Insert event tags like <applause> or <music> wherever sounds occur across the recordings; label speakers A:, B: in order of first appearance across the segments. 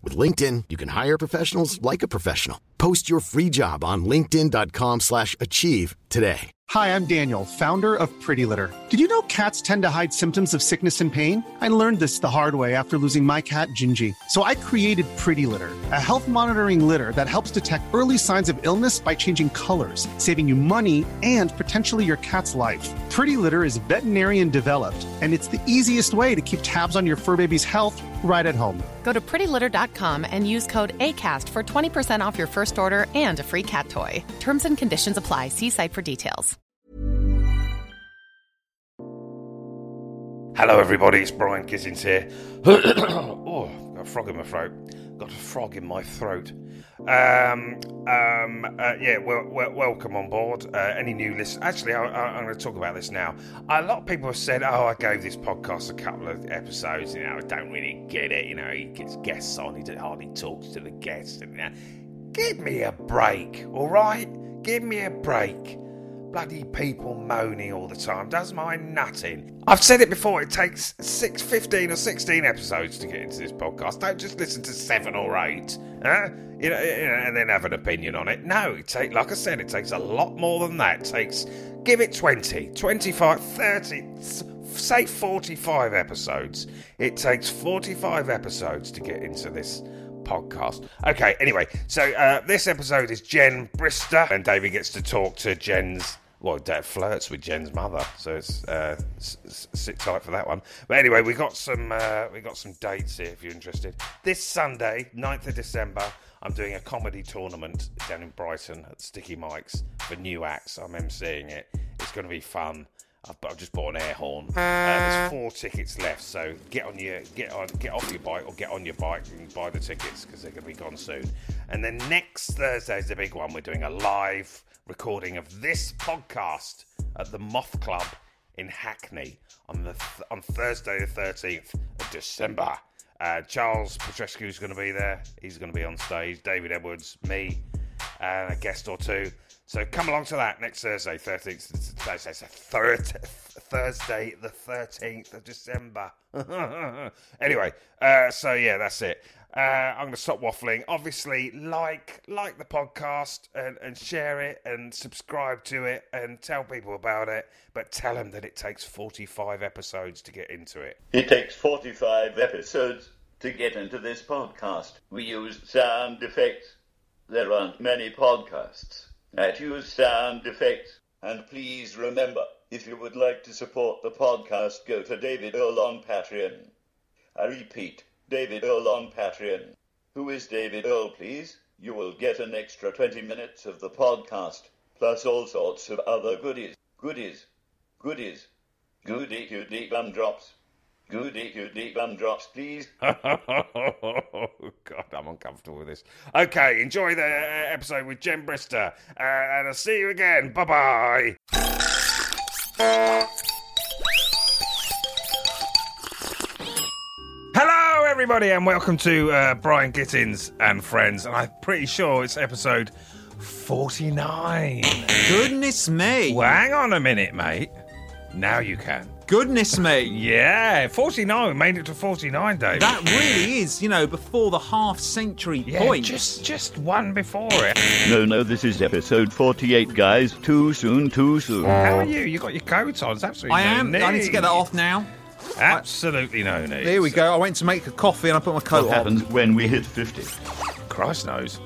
A: With LinkedIn, you can hire professionals like a professional. Post your free job on linkedin.com/achieve slash achieve today.
B: Hi, I'm Daniel, founder of Pretty Litter. Did you know cats tend to hide symptoms of sickness and pain? I learned this the hard way after losing my cat, Gingy. So I created Pretty Litter, a health monitoring litter that helps detect early signs of illness by changing colors, saving you money and potentially your cat's life. Pretty Litter is veterinarian developed, and it's the easiest way to keep tabs on your fur baby's health right at home.
C: Go to prettylitter.com and use code ACAST for 20% off your first order and a free cat toy. Terms and conditions apply. See site for details.
D: Hello, everybody. It's Brian Kissins here. <coughs> oh, got a frog in my throat. Got a frog in my throat. Um, um, uh, yeah, well, well, welcome on board. Uh, any new listeners? Actually, I, I, I'm going to talk about this now. A lot of people have said, "Oh, I gave this podcast a couple of episodes. You know, I don't really get it. You know, he gets guests on. He hardly talks to the guests. And you know, give me a break, all right? Give me a break." bloody people moaning all the time does my nutting. I've said it before, it takes six, 15 or 16 episodes to get into this podcast. Don't just listen to seven or eight, huh? you, know, you know, and then have an opinion on it. No, it take, like I said, it takes a lot more than that. It takes, give it 20, 25, 30, say 45 episodes. It takes 45 episodes to get into this podcast. Okay, anyway, so uh, this episode is Jen Brister, and David gets to talk to Jen's. Well, Dad flirts with Jen's mother, so it's, uh, s- s- sit tight for that one. But anyway, we got some uh, we got some dates here if you're interested. This Sunday, 9th of December, I'm doing a comedy tournament down in Brighton at Sticky Mike's for new acts. I'm emceeing it. It's going to be fun. I've, I've just bought an air horn. Uh, there's four tickets left, so get on your get on get off your bike or get on your bike and buy the tickets because they're going to be gone soon. And then next Thursday's the big one. We're doing a live recording of this podcast at the Moth Club in Hackney on the th- on Thursday the 13th of December. Uh, Charles Petrescu's going to be there. He's going to be on stage. David Edwards, me, and a guest or two. So come along to that next Thursday, 13th. Thursday, so thir- Thursday the 13th of December. <laughs> anyway, uh, so yeah, that's it. Uh, I'm going to stop waffling. Obviously, like like the podcast and, and share it and subscribe to it and tell people about it. But tell them that it takes 45 episodes to get into it.
E: It takes 45 episodes to get into this podcast. We use sound effects. There aren't many podcasts that use sound effects. And please remember, if you would like to support the podcast, go to David Earl on Patreon. I repeat, David Earl on Patreon. Who is David Earl, please? You will get an extra 20 minutes of the podcast, plus all sorts of other goodies. Goodies. Goodies. Goody goody gumdrops. Goody goody gumdrops, please.
D: <laughs> God, I'm uncomfortable with this. Okay, enjoy the uh, episode with Jen Brister, uh, and I'll see you again. Bye bye. Hello, everybody, and welcome to uh, Brian Gittins and Friends. And I'm pretty sure it's episode 49.
F: Goodness me.
D: well, hang on a minute, mate. Now you can.
F: Goodness me.
D: Yeah, 49. We made it to 49, Dave.
F: That really is, you know, before the half century
D: yeah,
F: point.
D: just just one before it.
E: No, no, this is episode 48, guys. Too soon, too soon.
D: How are you? You got your coat on. It's absolutely
F: I
D: no
F: am. I need to get that off now.
D: need. Absolutely no need.
F: There we go. I went to make a coffee and I put my coat
E: What
F: on.
E: happens when we hit 50?
D: Christ knows.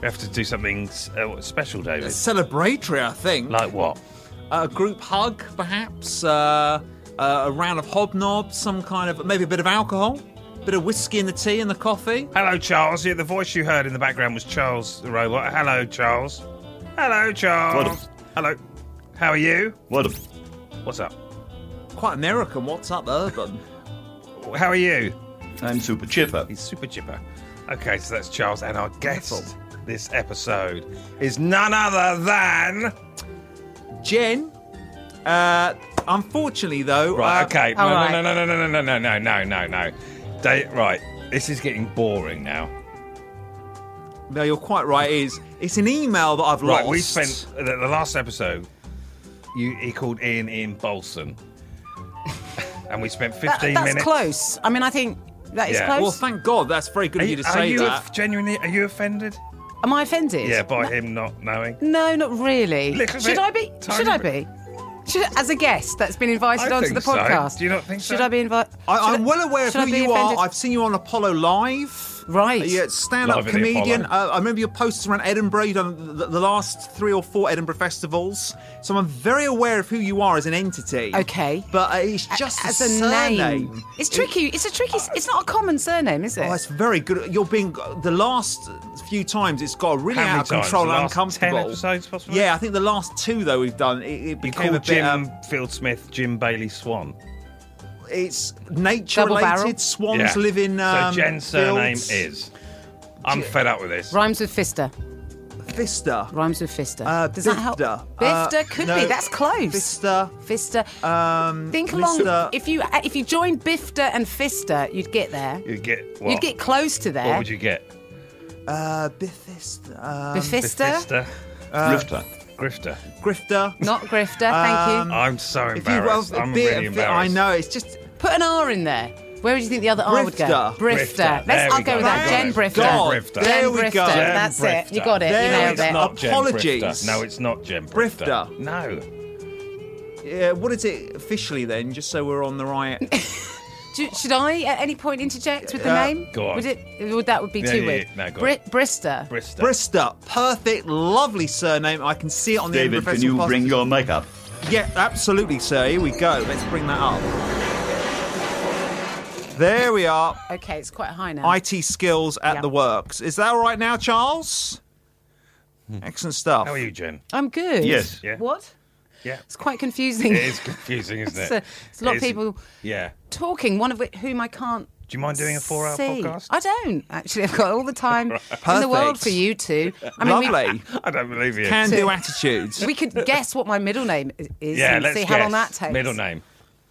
D: We have to do something uh, special, David.
F: Celebratory, I think.
D: Like what?
F: a group hug, perhaps. Uh, uh, a round of hobnobs, some kind of maybe a bit of alcohol, a bit of whiskey in the tea and the coffee.
D: Hello, Charles. Yeah, the voice you heard in the background was Charles the robot. Hello, Charles. Hello, Charles.
E: What
D: Hello. How are you?
E: What a...
D: What's up?
F: Quite American. What's up, urban?
D: How are you?
E: I'm super chipper.
D: He's super chipper. Okay, so that's Charles, and our guest this episode is none other than
F: Jen. Uh, unfortunately, though.
D: Right,
F: uh,
D: okay. No,
C: all right.
D: no, no, no, no, no, no, no, no, no, no. They, right, this is getting boring now.
F: No, you're quite right. It is. It's an email that I've
D: Right,
F: lost.
D: we spent the, the last episode. You, he called Ian Ian
F: <laughs>
D: Bolson, and we spent
G: That-
D: fifteen
G: that's
D: minutes.
G: close. I mean, I think that is
D: Yeah.
G: close.
F: Well, thank God. That's very good
D: Are
F: of you
D: you,
F: to
D: are
F: say
D: you
F: that.
D: genuinely? Are you offended?
G: Am I offended?
D: Yeah, by him not knowing.
G: No, not really.
D: Little
G: Should
D: bit.
G: I be?
D: Tiny
G: should I
D: bit.
G: be? Should, as a guest that's been invited
D: I
G: onto
D: think
G: the
D: so.
G: podcast.
D: Do you not think so?
G: Should I be invited?
F: I, I'm well aware of
G: should I
F: who
G: be
F: you
G: offended?
F: are. I've seen you on Apollo Live.
G: Right.
F: Yeah, stand-up
D: Live at the
F: comedian.
D: Apollo.
F: Uh, I remember your posts around Edinburgh. You've done the, the last three or four Edinburgh festivals, so I'm very aware of who you are as an entity.
G: Okay.
F: but uh, it's just
G: as
F: the
G: a
F: surname.
G: name. It's tricky. It's a tricky. It's not a common surname, is it?
F: Oh, it's very good. You're being the last few times. It's got really
D: How many
F: out of
D: times?
F: control,
D: The
F: and
D: last 10
F: uncomfortable.
D: episodes, possibly?
F: Yeah, I think the last two though we've done. It, it
D: You
F: became a
D: called
F: bit.
D: Jim
F: um,
D: Field Smith Jim Bailey Swan.
F: it's nature
G: Double
F: related.
G: barrel?
F: Swans
D: Yeah.
F: live in. Um,
D: so Jen's surname
F: fields.
D: is. I'm fed up with this.
G: Rhymes with fister.
F: Fister.
G: Rhymes with fister.
F: Uh,
G: Does that help?
F: Bifter.
G: Bifter
F: Uh,
G: could
F: no,
G: be. That's close.
F: Fister.
G: Fister.
F: Um,
G: Think along.
F: Mr.
G: If you uh, if you joined Bifter and Fister, you'd get there.
D: You get what?
G: You'd get close to there.
D: What would you get?
F: Uh, Bifista. Uh,
G: Bifister,
D: Bethesda? Uh,
E: Grifter.
D: Grifter.
F: Grifter.
G: not Grifter.
F: Um,
G: Thank you.
D: I'm so
F: Mm. If you- well,
D: embarrassed.
F: a
D: I'm
F: bit-
D: really
F: a bit- I
D: embarrassed.
F: know. It's just.
G: Put an R in there. Where would you think the other R would go?
F: Grifter.
G: Brifter.
D: Grifter.
G: Let's.
D: There
G: I'll
D: we
G: go
D: go.
G: with that.
D: Got
G: Jen
D: it.
G: Brifter.
F: God.
D: Jen Grifter.
G: Jen
F: There we
G: Grifter.
F: go.
D: Jen
G: That's it. You
D: Grifter.
G: got it.
F: There
G: you
D: No,
G: nailed
D: it's
G: it.
D: not Jen
F: Apologies.
D: Grifter. No, it's not Jen Grifter.
F: Grifter.
D: No.
F: Yeah, what is it officially then? Just so we're on the
G: <laughs>
F: right.
G: Do- should I at any point interject with the
F: Uh,
G: name?
D: go on.
G: Would it? Would that would be
D: Yeah,
G: too
D: yeah,
G: weird?
D: yeah. No, go
G: Bri- Brister.
D: Brister.
F: Brister, perfect, lovely surname. I can see it on the
E: David,
F: Edinburgh
E: can you
F: Festival
E: bring
F: posters.
E: your mic up?
F: Yeah, absolutely, sir. Here we go. Let's bring that up. There we are.
G: Okay, it's quite high now.
F: IT skills at
G: Yeah.
F: the works. Is that all right now, Charles?
G: Hmm.
F: Excellent stuff.
D: How are you, Jen?
G: I'm good.
E: Yes.
D: Yeah.
G: What?
D: Yeah.
G: It's quite confusing.
D: <laughs> It
G: <laughs>
D: is confusing, isn't it?
G: It's a- <laughs> it's a lot of
D: It is-
G: people-
D: Yeah.
G: talking, one of whi- whom I can't.
D: Do you mind doing a four-hour
G: see.
D: podcast?
G: I don't actually. I've got all the time in the world
F: Perfect.
G: for you two. I mean, we- <laughs>
F: Lovely.
D: <laughs> I don't believe you.
F: Can do attitudes.
G: We, could guess what my middle name i- is
D: yeah,
G: and
D: let's
G: see
D: guess.
G: how long that takes.
D: Middle name.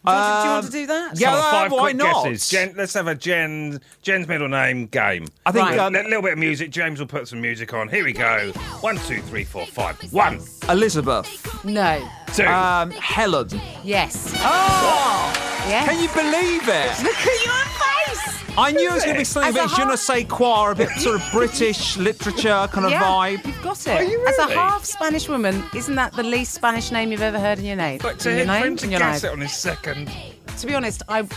G: Do you, want to, do you want to do that?
F: Yeah.
D: Come on,
F: Uh,
D: five
F: why
D: quick
F: not?
D: guesses. Jen, let's have a Jen Jen's middle name game.
F: I think
G: Right.
D: A
F: um,
D: li- little bit of music. James will put some music on. Here we go. One, two, three, four, five. One,
F: Elizabeth,
G: No.
D: two.
G: Uh,
F: um, Helen.
G: Yes.
F: Oh,
G: Yeah.
D: <laughs>
F: can you believe it?
G: Look at your face.
F: I knew it was going to be something
G: As
F: a
G: a
F: bit je ne
G: heart-
F: sais quoi, a bit sort of British literature kind of
G: yeah,
F: vibe.
G: You've got it. As a
D: really?
G: half Spanish woman, isn't that the least Spanish name you've ever heard in your name?
D: but to
G: in your
D: hit
G: name,
D: Quentin
G: in your life.
D: Gassett on his second.
G: To be honest, I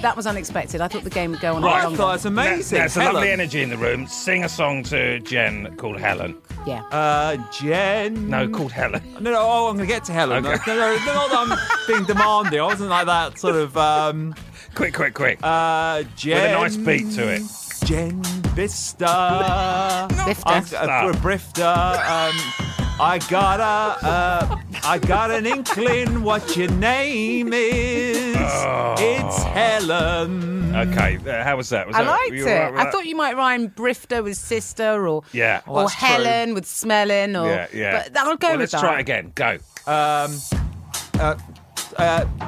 G: that was unexpected. I thought the game would go on a
F: Right,
G: lot
F: I
G: longer.
F: thought it's amazing.
D: That's a
F: Helen.
D: lovely energy in the room. Sing a song to Jen called Helen.
G: yeah.
F: Uh, Jen.
D: No,
G: Mm.
D: called Helen. <laughs>
F: No, no, oh, I'm going to get to Helen.
D: Okay.
F: No, no, no, not that I'm being demanding. I wasn't like that sort of. Um,
D: Quick, quick, quick.
F: uh, Jen.
D: With a nice beat to it.
F: Jen Vista.
G: Bifter.
F: I'm a brifter. Um, I got a, uh, I got an inkling what your name is.
D: Oh.
F: It's Helen.
D: Okay, uh, how was that? Was
G: I
D: that
G: liked
D: were
G: it.
D: you all right with
G: I
D: that?
G: thought you might rhyme Brifter with sister or
D: Yeah.
F: Well,
G: or
F: that's true.
G: Helen with smelling or
D: Yeah, yeah.
G: But I'll go
D: well, let's
G: with that.
D: try it again. Go.
G: tricky,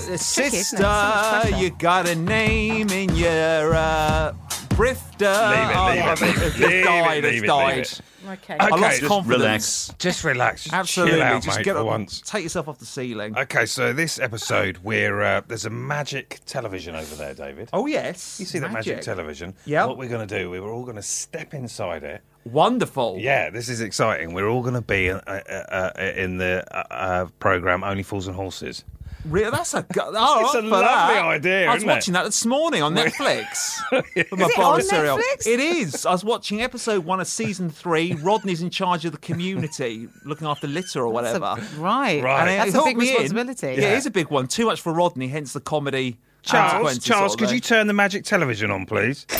G: isn't
F: Sister,
G: it? So much pressure.
F: you got a name in your uh,
G: Uh,
D: Leave it,
F: brifter.
G: <laughs>
D: leave it,
F: Oh,
D: leave it,
F: it's
D: leave it,
F: died,
D: leave
F: it's
D: it,
F: died.
D: leave it.
G: Okay.
D: Okay,
F: I lost
D: just
F: confidence.
E: relax.
D: Just relax. Just
F: Absolutely.
D: Chill out,
F: just
D: mate,
F: get
D: for
F: up,
D: once.
F: Take yourself off the ceiling.
D: Okay, so this episode, we're uh, there's a magic television over there, David.
F: oh, yes.
D: you see that magic, television?
F: Yep.
D: What we're going to do? We were all going to step inside it.
F: Wonderful.
D: Yeah, this is exciting. We're all going to be uh, uh, uh, in the uh, uh, program Only Fools and Horses.
F: Really? That's a
D: <laughs>
F: go- oh,
D: It's a
F: for
D: lovely
F: that.
D: idea,
F: I was
D: isn't it?
F: watching that this
D: <laughs>
F: morning on Netflix. With my
G: Is it
F: bowl of
G: on Netflix?
F: It is. I was watching episode one of season
D: <laughs>
F: three. Rodney's in charge of the community, looking after litter or whatever.
G: Right.
D: Right.
F: it
G: That's a
F: hooked
G: big
F: me in.
G: responsibility.
F: Yeah. it is a big one. Too much for Rodney, hence the comedy.
D: Charles,
F: consequences
D: Charles,
F: sort of
D: could you
F: thing.
D: turn the magic television on, please? There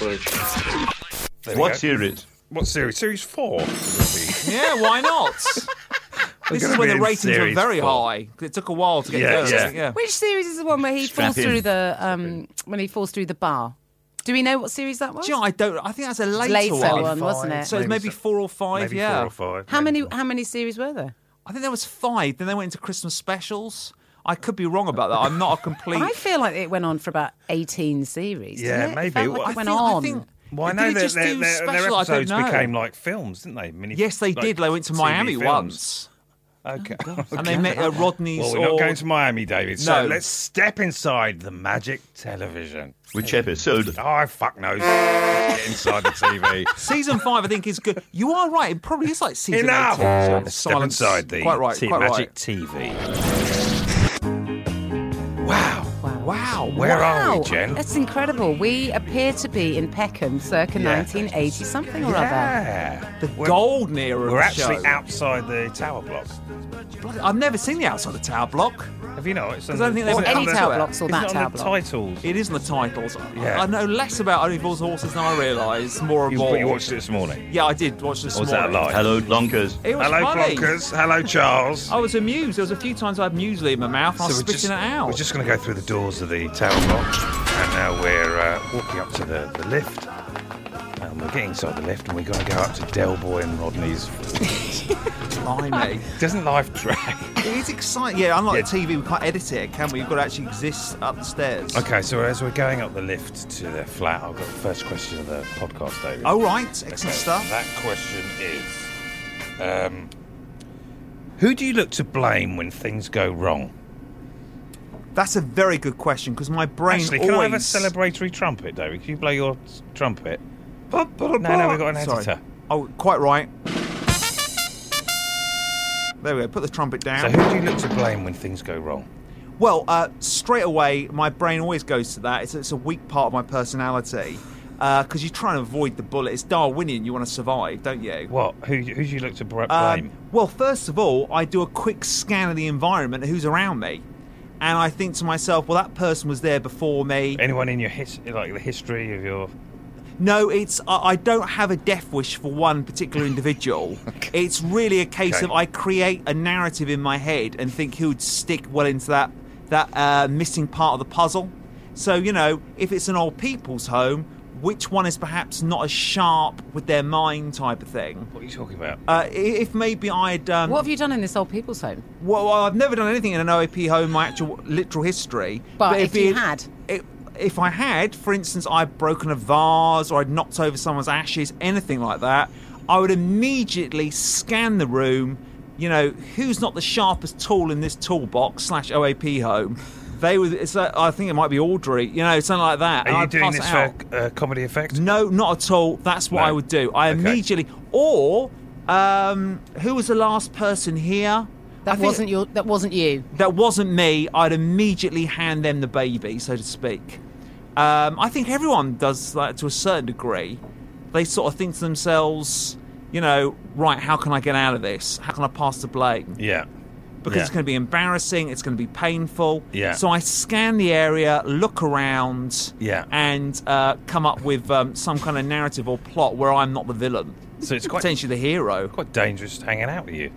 D: we go.
E: What series?
D: What series? Series four.
F: yeah, why
D: <laughs>
F: not? <laughs> this
D: gonna
F: is when
D: be
F: the
D: in
F: ratings were
D: series
F: very
D: four.
F: high. It took a while to get
D: Yeah,
F: going.
D: yeah.
F: yeah.
G: Which series is the one where he
E: Strap
G: falls
E: in.
G: through the um when he falls through the bar? Do we know what series that was?
F: Do you know, I don't. I think that's a later,
G: later
F: one.
G: one, wasn't
F: So
G: it?
F: it's maybe four or five.
D: Maybe
F: yeah.
D: four or five.
G: How
D: maybe
G: many?
D: four.
G: How many series were there?
F: I think there was five. Then they went into Christmas specials. I could be wrong about that. I'm
D: <laughs>
F: not a complete.
G: I feel like it went on for about eighteen series.
D: Yeah,
G: didn't it? It
D: maybe.
G: felt
D: Well,
G: like
D: I
G: it went
F: think- I
G: on.
F: think-
D: Well, I
F: Did
D: know
F: it
D: that
F: just
D: their,
F: do
D: their- their
F: special? I don't
D: episodes
F: know.
D: became like films, didn't they? Mini,
F: yes, they
D: like,
F: did. They went to
D: TV
F: Miami
D: films.
F: once,
D: Okay.
G: Oh,
F: <laughs> and they met uh, Rodney's.
D: Well, we're not
F: or-
D: going to Miami, David. So
F: No.
D: let's step inside the magic television.
E: Which episode?
D: Oh, I fuck knows.
F: <laughs>
D: Get inside the TV.
F: Season five, I think, is good. You are right. It probably is like season
D: Enough!
F: eight. So
D: Step
F: silence.
D: inside the
F: quite right.
D: t-
F: quite
D: magic
F: right.
D: TV. Wow.
F: Wow.
D: Where are
G: Wow,
D: we, Jen?
G: That's incredible. We appear to be in Peckham circa
D: Yeah.
G: 1980 something or other.
D: yeah.
F: The
D: We're-
F: golden era of
D: We're
F: the
D: actually
F: show.
D: outside the tower block.
F: Bloody- I've never seen the outside of the tower block.
D: Have you not? It's
F: Because I
D: on
F: don't think
D: the-
F: they've
D: it's
F: got
D: on
G: Any
D: the-
G: tower blocks or
D: it's
G: that
D: not on
G: tower
D: the
G: block.
D: titles.
F: It isn't the titles. I-
D: Yeah.
F: I know less about Onlyfools Horses than I realise. More and
D: You,
F: more.
D: you watched it this morning.
F: Yeah, I did watch this
D: Or was that a
F: morning.
D: lie?
E: Hello, Lonkers.
F: It was
D: Hello,
F: funny.
D: Blonkers. Hello,
G: <laughs> Oh,
D: Charles.
F: I was amused. There was a few times I had muesli in my mouth. And I was
D: we're
F: spitting
D: just,
F: it out.
D: We're just going to go through the doors of the tower block, and now we're uh, walking up to the, the lift. And we're getting inside the lift, and we're going to go up to Del Boy and Rodney's.
F: Blimey.
D: Doesn't life drag?
F: <laughs> it is exciting. Yeah, unlike
D: Yeah.
F: TV, we can't edit it, can we? You've got to actually exist up the stairs.
D: <laughs> okay, so as we're going up the lift to their flat, I've got the first question of the podcast, David.
F: All right. Oh, Excellent
D: Okay,
F: stuff.
D: That question is um, Who do you look to blame when things go wrong?
F: That's a very good question because my brain
D: Actually, can
F: always.
D: I have a celebratory trumpet, David? Can you blow your s- trumpet? No, no, we've got an
F: Sorry.
D: editor.
F: Oh, quite right. There we go. Put the trumpet down.
D: So, who do you look to blame when things go wrong?
F: Well, uh, straight away, my brain always goes to that. It's, it's a weak part of my personality because you're trying to avoid the bullet. It's Darwinian. You want to survive, don't you?
D: What? Who, who do you look to br- blame?
F: Um, well, first of all, I do a quick scan of the environment, who's around me, and I think to myself, well, that person was there before me.
D: Anyone in your his- like the history of your?
F: No, it's I, I don't have a death wish for one particular individual. It's really a case
D: Okay.
F: of I create a narrative in my head and think who would stick well into that that uh, missing part of the puzzle. So you know, if it's an old people's home, which one is perhaps not as sharp with their mind type of thing?
D: What are you talking about?
F: Uh, i- if maybe I'd um,
G: What have you done in this old people's home?
F: well, well, I've never done anything in an OAP home, my actual literal history.
G: But if you
F: it-
G: had?
F: it- if I had, for instance, I'd broken a vase or I'd knocked over someone's ashes, anything like that, I would immediately scan the room. You know, who's not the sharpest tool in this toolbox slash OAP home? They were. It's like, I think it might be Audrey. You know, something like that. and
D: are you
F: I'd
D: doing
F: pass
D: this
F: it out.
D: for uh, comedy effect?
F: No, not at all. That's what
D: No.
F: I would do. I
D: Okay.
F: immediately. Or um, who was the last person here? I
G: That
F: think-
G: wasn't your. That wasn't you.
F: that wasn't me, I'd immediately hand them the baby, so to speak. Um, I think everyone does that to a certain degree. They sort of think to themselves, you know, right, how can I get out of this? How can I pass the blame?
D: Yeah.
F: Because it's
D: Yeah.
F: going to be embarrassing, it's going to be painful.
D: Yeah.
F: So I scan the area, look around,
D: Yeah.
F: and uh, come up with um, some kind of narrative or plot where I'm not the villain,
D: So it's quite
F: potentially the hero.
D: quite dangerous hanging out with you.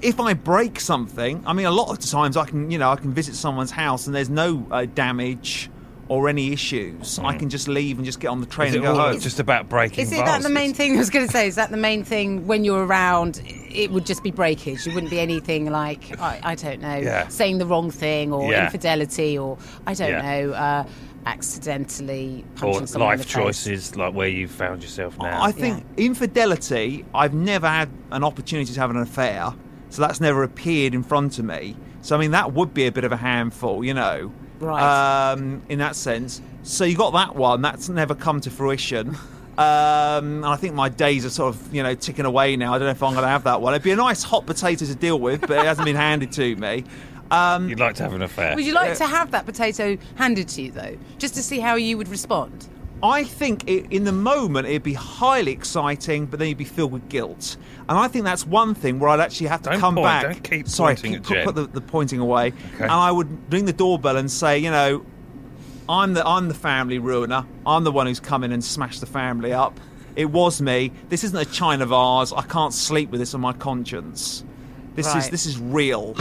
F: if I break something, I mean, a lot of times I can, you know, I can visit someone's house and there's no uh, damage or any issues. I can just leave and just get on the train
D: Mm. Is
F: and
D: it
F: go
D: all
F: home.
D: just about breaking?
G: Is it that the
D: vases?
G: main thing I was going to say? Is that the main thing when you're around? It would just be breakage. It wouldn't be anything like I, I don't know,
D: Yeah.
G: saying the wrong thing or
D: Yeah.
G: infidelity or I don't
D: Yeah.
G: know, uh, accidentally
D: Or
G: punching someone in
D: life
G: the face.
D: choices, like where you found yourself now.
F: I think infidelity, I've never had an opportunity to have an affair, so that's never appeared in front of me. So, I mean, that would be a bit of a handful, you know.
G: Right.
F: Um, in that sense. So, you got that one, that's never come to fruition. Um, and I think my days are sort of, you know, ticking away now. I don't know if I'm going to have that one. It'd be a nice hot potato to deal with, but it hasn't been <laughs> handed to me.
D: You'd like to have an affair.
G: Would you like to have that potato handed to you though, just to see how you would respond?
F: I think it, in the moment it'd be highly exciting, but then you'd be filled with guilt. And I think that's one thing where I'd actually have to
D: Don't
F: come
D: point,
F: back.
D: don't keep
F: Sorry,
D: pointing
F: keep-
D: at
F: put,
D: Jen.
F: put the, the pointing away. And I would ring the doorbell and say, you know, I'm the I'm the family ruiner. I'm the one who's come in and smashed the family up. It was me. This isn't a china vase. I can't sleep with this on my conscience. This is
G: Right.
F: this is real.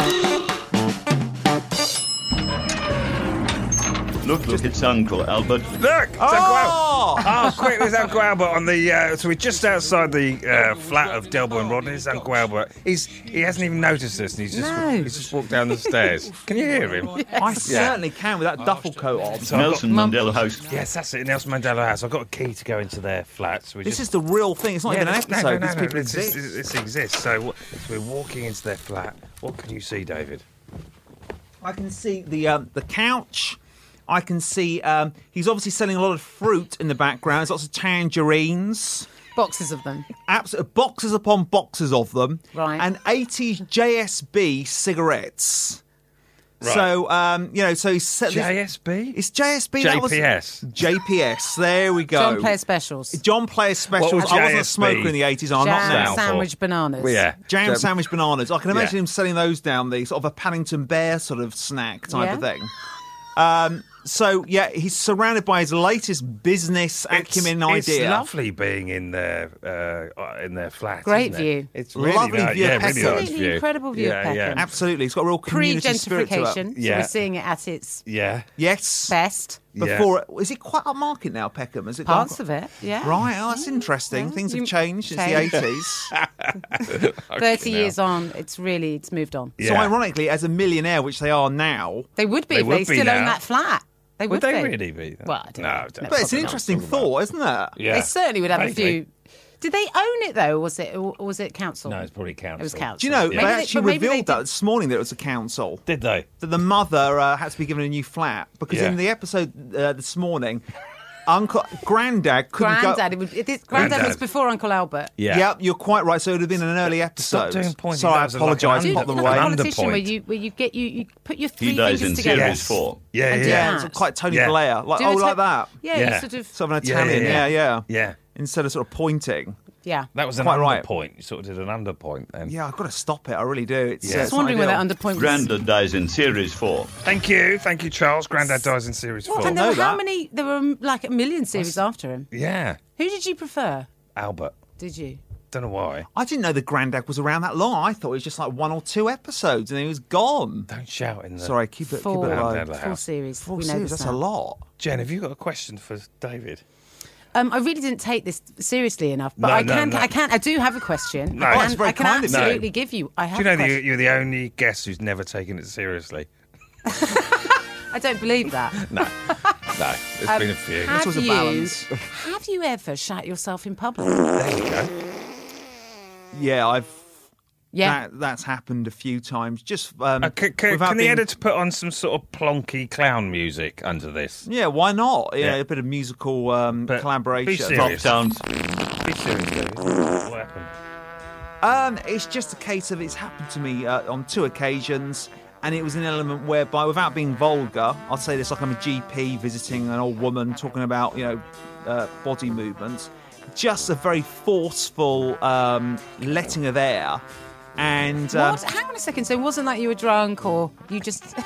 E: Look, look, it's Uncle Albert.
D: Look, it's
F: Oh!
D: Uncle Albert. Oh, quick, there's Uncle Albert on the. Uh, so we're just outside the uh, flat of Delbo and Rodney. It's Uncle Albert. He's he hasn't even noticed us, and he's just
G: No.
D: he's just walked down the
G: <laughs>
D: stairs. Can you hear him?
F: I certainly can with that duffel coat on.
D: So I've got-
E: Nelson Mandela House.
D: yes, that's it. Nelson Mandela House. I've got a key to go into their flat. So we
F: This
D: just,
F: is the real thing. It's not even an
D: this- no,
F: episode.
D: No, no,
F: These
D: no,
F: people
D: this,
F: exist.
D: This, this exists. So, w- so we're walking into their flat. What can you see, David?
F: I can see the um, the couch. I can see um, he's obviously selling a lot of fruit in the background. There's lots of tangerines,
G: Boxes of them.
F: absolute boxes upon boxes of them,
G: Right.
F: and 80s JSB cigarettes. So um, you know, so he's set this-
D: JSB.
F: It's JSB. That was
D: JPS.
F: JPS. There we go.
G: John Player Specials.
F: John Player specials.
D: What was
F: I wasn't a
D: JSB?
F: smoker in the 80s. I'm not
G: Jam
F: now.
G: sandwich bananas.
D: Well, yeah.
F: Jam
D: So-
F: sandwich bananas. I can imagine
D: Yeah.
F: him selling those down the sort of a Paddington Bear sort of snack type of
G: Yeah.
F: thing. Um, so yeah, he's surrounded by his latest business acumen
D: it's,
F: idea.
D: It's lovely being in their uh, in their flat.
G: Great
D: isn't it?
G: view.
D: It's really
F: Lovely
D: nice.
F: view of
D: Yeah, really
F: Peckham.
D: nice
G: Absolutely
D: view.
G: incredible view of
D: Yeah, yeah.
G: Peckham.
F: Absolutely, it's got a real community spirit to
G: Pre-gentrification,
F: it.
G: so
D: Yeah.
G: we're seeing it at its
D: Yeah.
F: Yes,
G: best.
D: Yeah.
F: before is it quite upmarket now? Peckham has it gone-
G: Parts of it, yeah.
F: Right, oh, that's interesting. Things have
G: you-
F: changed since
G: changed.
F: the
D: <laughs>
F: eighties.
G: Thirty years on, it's really it's moved on.
F: So
D: Yeah.
F: ironically, as a millionaire, which they are now,
G: They would be
D: They
G: if
D: would
G: they
D: be
G: still
D: now.
G: own that flat. They would,
D: Would they
G: be.
D: really be? though?
G: Well, I
D: no,
G: don't know.
D: I don't
G: No,
F: but
D: know.
F: it's an interesting thought, isn't it?
D: Yeah.
G: They certainly would have a
D: Vaguely.
G: few. Did they own it though? Or was it or was it council?
D: No, it's probably council.
G: It was council.
F: Do you know
G: Maybe
F: they
G: but
F: actually
G: maybe they
F: revealed that
G: did-
F: this morning that it was a council?
D: Did they?
F: that the mother uh, had to be given a new flat because
D: Yeah.
F: in the episode uh, this morning, Uncle Granddad couldn't
G: Granddad,
F: go.
G: it would, it, is- granddad,
D: Granddad.
G: was before Uncle Albert.
D: Yeah.
F: Yep, you're quite right. So it would have been an early episode.
D: Stop doing pointy
F: Sorry, I
D: nose and like
F: apologise.
D: an
G: Do
F: Pop
G: not
F: them
D: under-
F: away.
G: like a
D: under-
G: politician where
D: underpoint.
G: you where you get you, you put your three
E: He dies
G: fingers
E: in
G: together.
E: series
D: Yes.
E: four.
D: Yeah,
G: And
D: yeah.
F: Yeah,
G: yeah.
F: it's quite Tony
D: Yeah.
F: Blair. Like
G: Do
F: oh,
G: a
F: like
G: type-
F: that.
G: Yeah,
D: Yeah.
G: You sort of.
F: Sort of an
D: Yeah,
F: Italian.
D: yeah,
F: Yeah, yeah.
D: yeah. Yeah.
F: Instead of sort of pointing.
G: yeah.
D: That was an
F: Quite right.
D: underpoint. You sort of did an underpoint then.
F: Yeah, I've got to stop it. I really do. It's,
D: Yeah.
F: uh,
D: I was
G: I was wondering
F: not
G: where
F: ideal.
G: that underpoint was.
E: Grandad dies in series four.
D: Thank you. Thank you, Charles. Grandad dies in series
G: What?
D: four.
G: And there
F: know
G: were how
F: that.
G: many? There were um, like a million series after him.
D: Yeah.
G: Who did you prefer?
D: Albert.
G: Did you?
D: Don't know why.
F: I didn't know the Granddad was around that long. I thought it was just like one or two episodes and he was gone.
D: Don't shout in the.
F: Sorry, keep it, keep it
G: Four.
F: low.
D: Granddad.
G: Full series.
F: Four
G: we know
F: series,
G: this
F: that's
G: now.
F: a lot.
D: Jen, have you got a question for David?
G: Um, I really didn't take this seriously enough, but
D: No,
G: I
D: no,
G: can,
D: no.
G: I can, I do have a question.
D: No.
G: I
D: Oh,
G: can,
D: it's very
G: I can
F: kind of you.
G: absolutely give you. I have.
D: Do you know
G: a
D: that you-
G: question.
D: you're the only guest who's never taken it seriously?
G: I don't believe that.
D: No, there's been a few.
G: have
F: was a
G: you,
F: balance.
G: <laughs> Have you ever shat yourself in public?
D: There you go.
F: Yeah, I've
G: Yeah.
F: That, that's happened a few times. Just um,
D: Uh, c- c-
F: without
D: can the
F: being-
D: editor put on some sort of plonky clown music under this?
F: Yeah, why not?
D: Yeah.
F: Yeah, a bit of musical um,
D: But
F: collaboration.
D: be serious.
E: Pop sounds.
D: Be serious, David. What happened?
F: Um, it's just a case of it's happened to me uh, on two occasions, and it was an element whereby, without being vulgar, I'd say this like I'm a GP visiting an old woman talking about you know uh, body movements, just a very forceful um, letting of air, and um,
G: What? Hang on a second. So it wasn't like you were drunk or you just <laughs>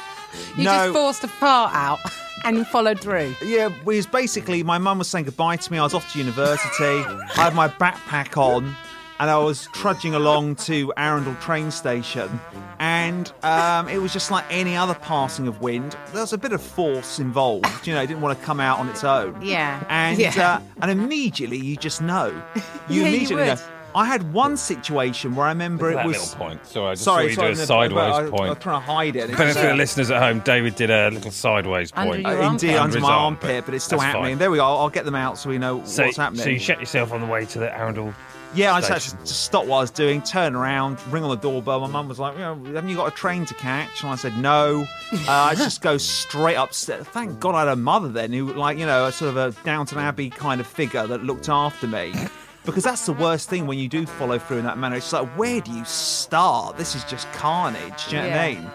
G: you
F: No.
G: just forced a fart out <laughs> and followed through.
F: Yeah, it was basically my mum was saying goodbye to me. I was off to university. I had my backpack on, and I was trudging along to Arundel train station. And um, it was just like any other passing of wind. There was a bit of force involved. You know, it didn't want to come out on its own.
G: Yeah.
F: And
G: Yeah.
F: Uh, and immediately you just
G: <laughs>
F: know. You
G: Yeah, you
F: immediately
G: would.
F: know. I had one situation where I remember
D: that
F: it was.
D: little point. Sorry, I just
F: Sorry,
D: saw
F: sorry,
D: you do
F: no,
D: a
F: but I,
D: sideways
F: I was
D: point.
F: trying to
D: <laughs>
F: hide it.
D: Benefit for the listeners at home, David did a little sideways
G: Under
D: point.
G: your
F: Uh, Indeed,
G: armpit.
F: under
D: his
F: my armpit, but it's still
D: That's
F: happening.
D: fine.
F: There we go. I'll, I'll get them out so we know
D: So,
F: what's happening.
D: so you shut yourself on the way to the Arundel.
F: Yeah, I just had
D: station.
F: to stop what I was doing, turn around, ring on the doorbell. My mum was like, you know, haven't you got a train to catch? And I said, no. Uh, I just go straight upstairs. Thank God I had a mother then who, like, you know, a sort of a Downton Abbey kind of figure that looked after me. Because that's the worst thing when you do follow through in that manner. It's like, where do you start? This is just carnage. Do you know
G: Yeah.
F: what I mean?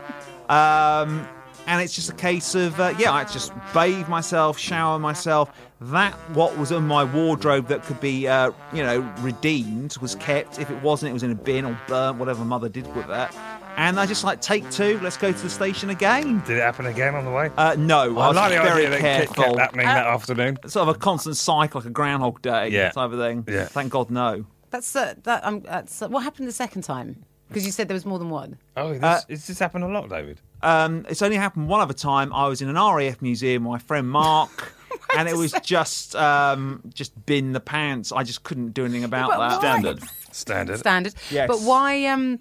F: Um, and it's just a case of, uh, yeah, I just bathe myself, shower myself. That, what was in my wardrobe that could be, uh, you know, redeemed was kept. If it wasn't, it was in a bin or burnt, whatever mother did with it. And I just like, take two, let's go to the station again.
D: Did it happen again on the way?
F: Uh, no, I was
D: like the
F: very
D: idea that it kept-
F: careful.
D: kept happening that afternoon.
F: Sort of a constant cycle, like a Groundhog Day
D: Yeah.
F: type of thing.
D: Yeah.
F: Thank God, no.
G: That's uh, that. Um, that's uh, what happened the second time. Because you said there was more than one.
D: Oh, this, this has happened a lot, David.
F: Um, it's only happened one other time. I was in an RAF museum, with my friend
G: <laughs>
F: Mark, and it was just um, just bin the pants. I just couldn't do anything about
G: But
F: that.
G: why?
E: Standard.
D: Standard.
G: Standard.
F: Yes. Mm.
G: But why? Um,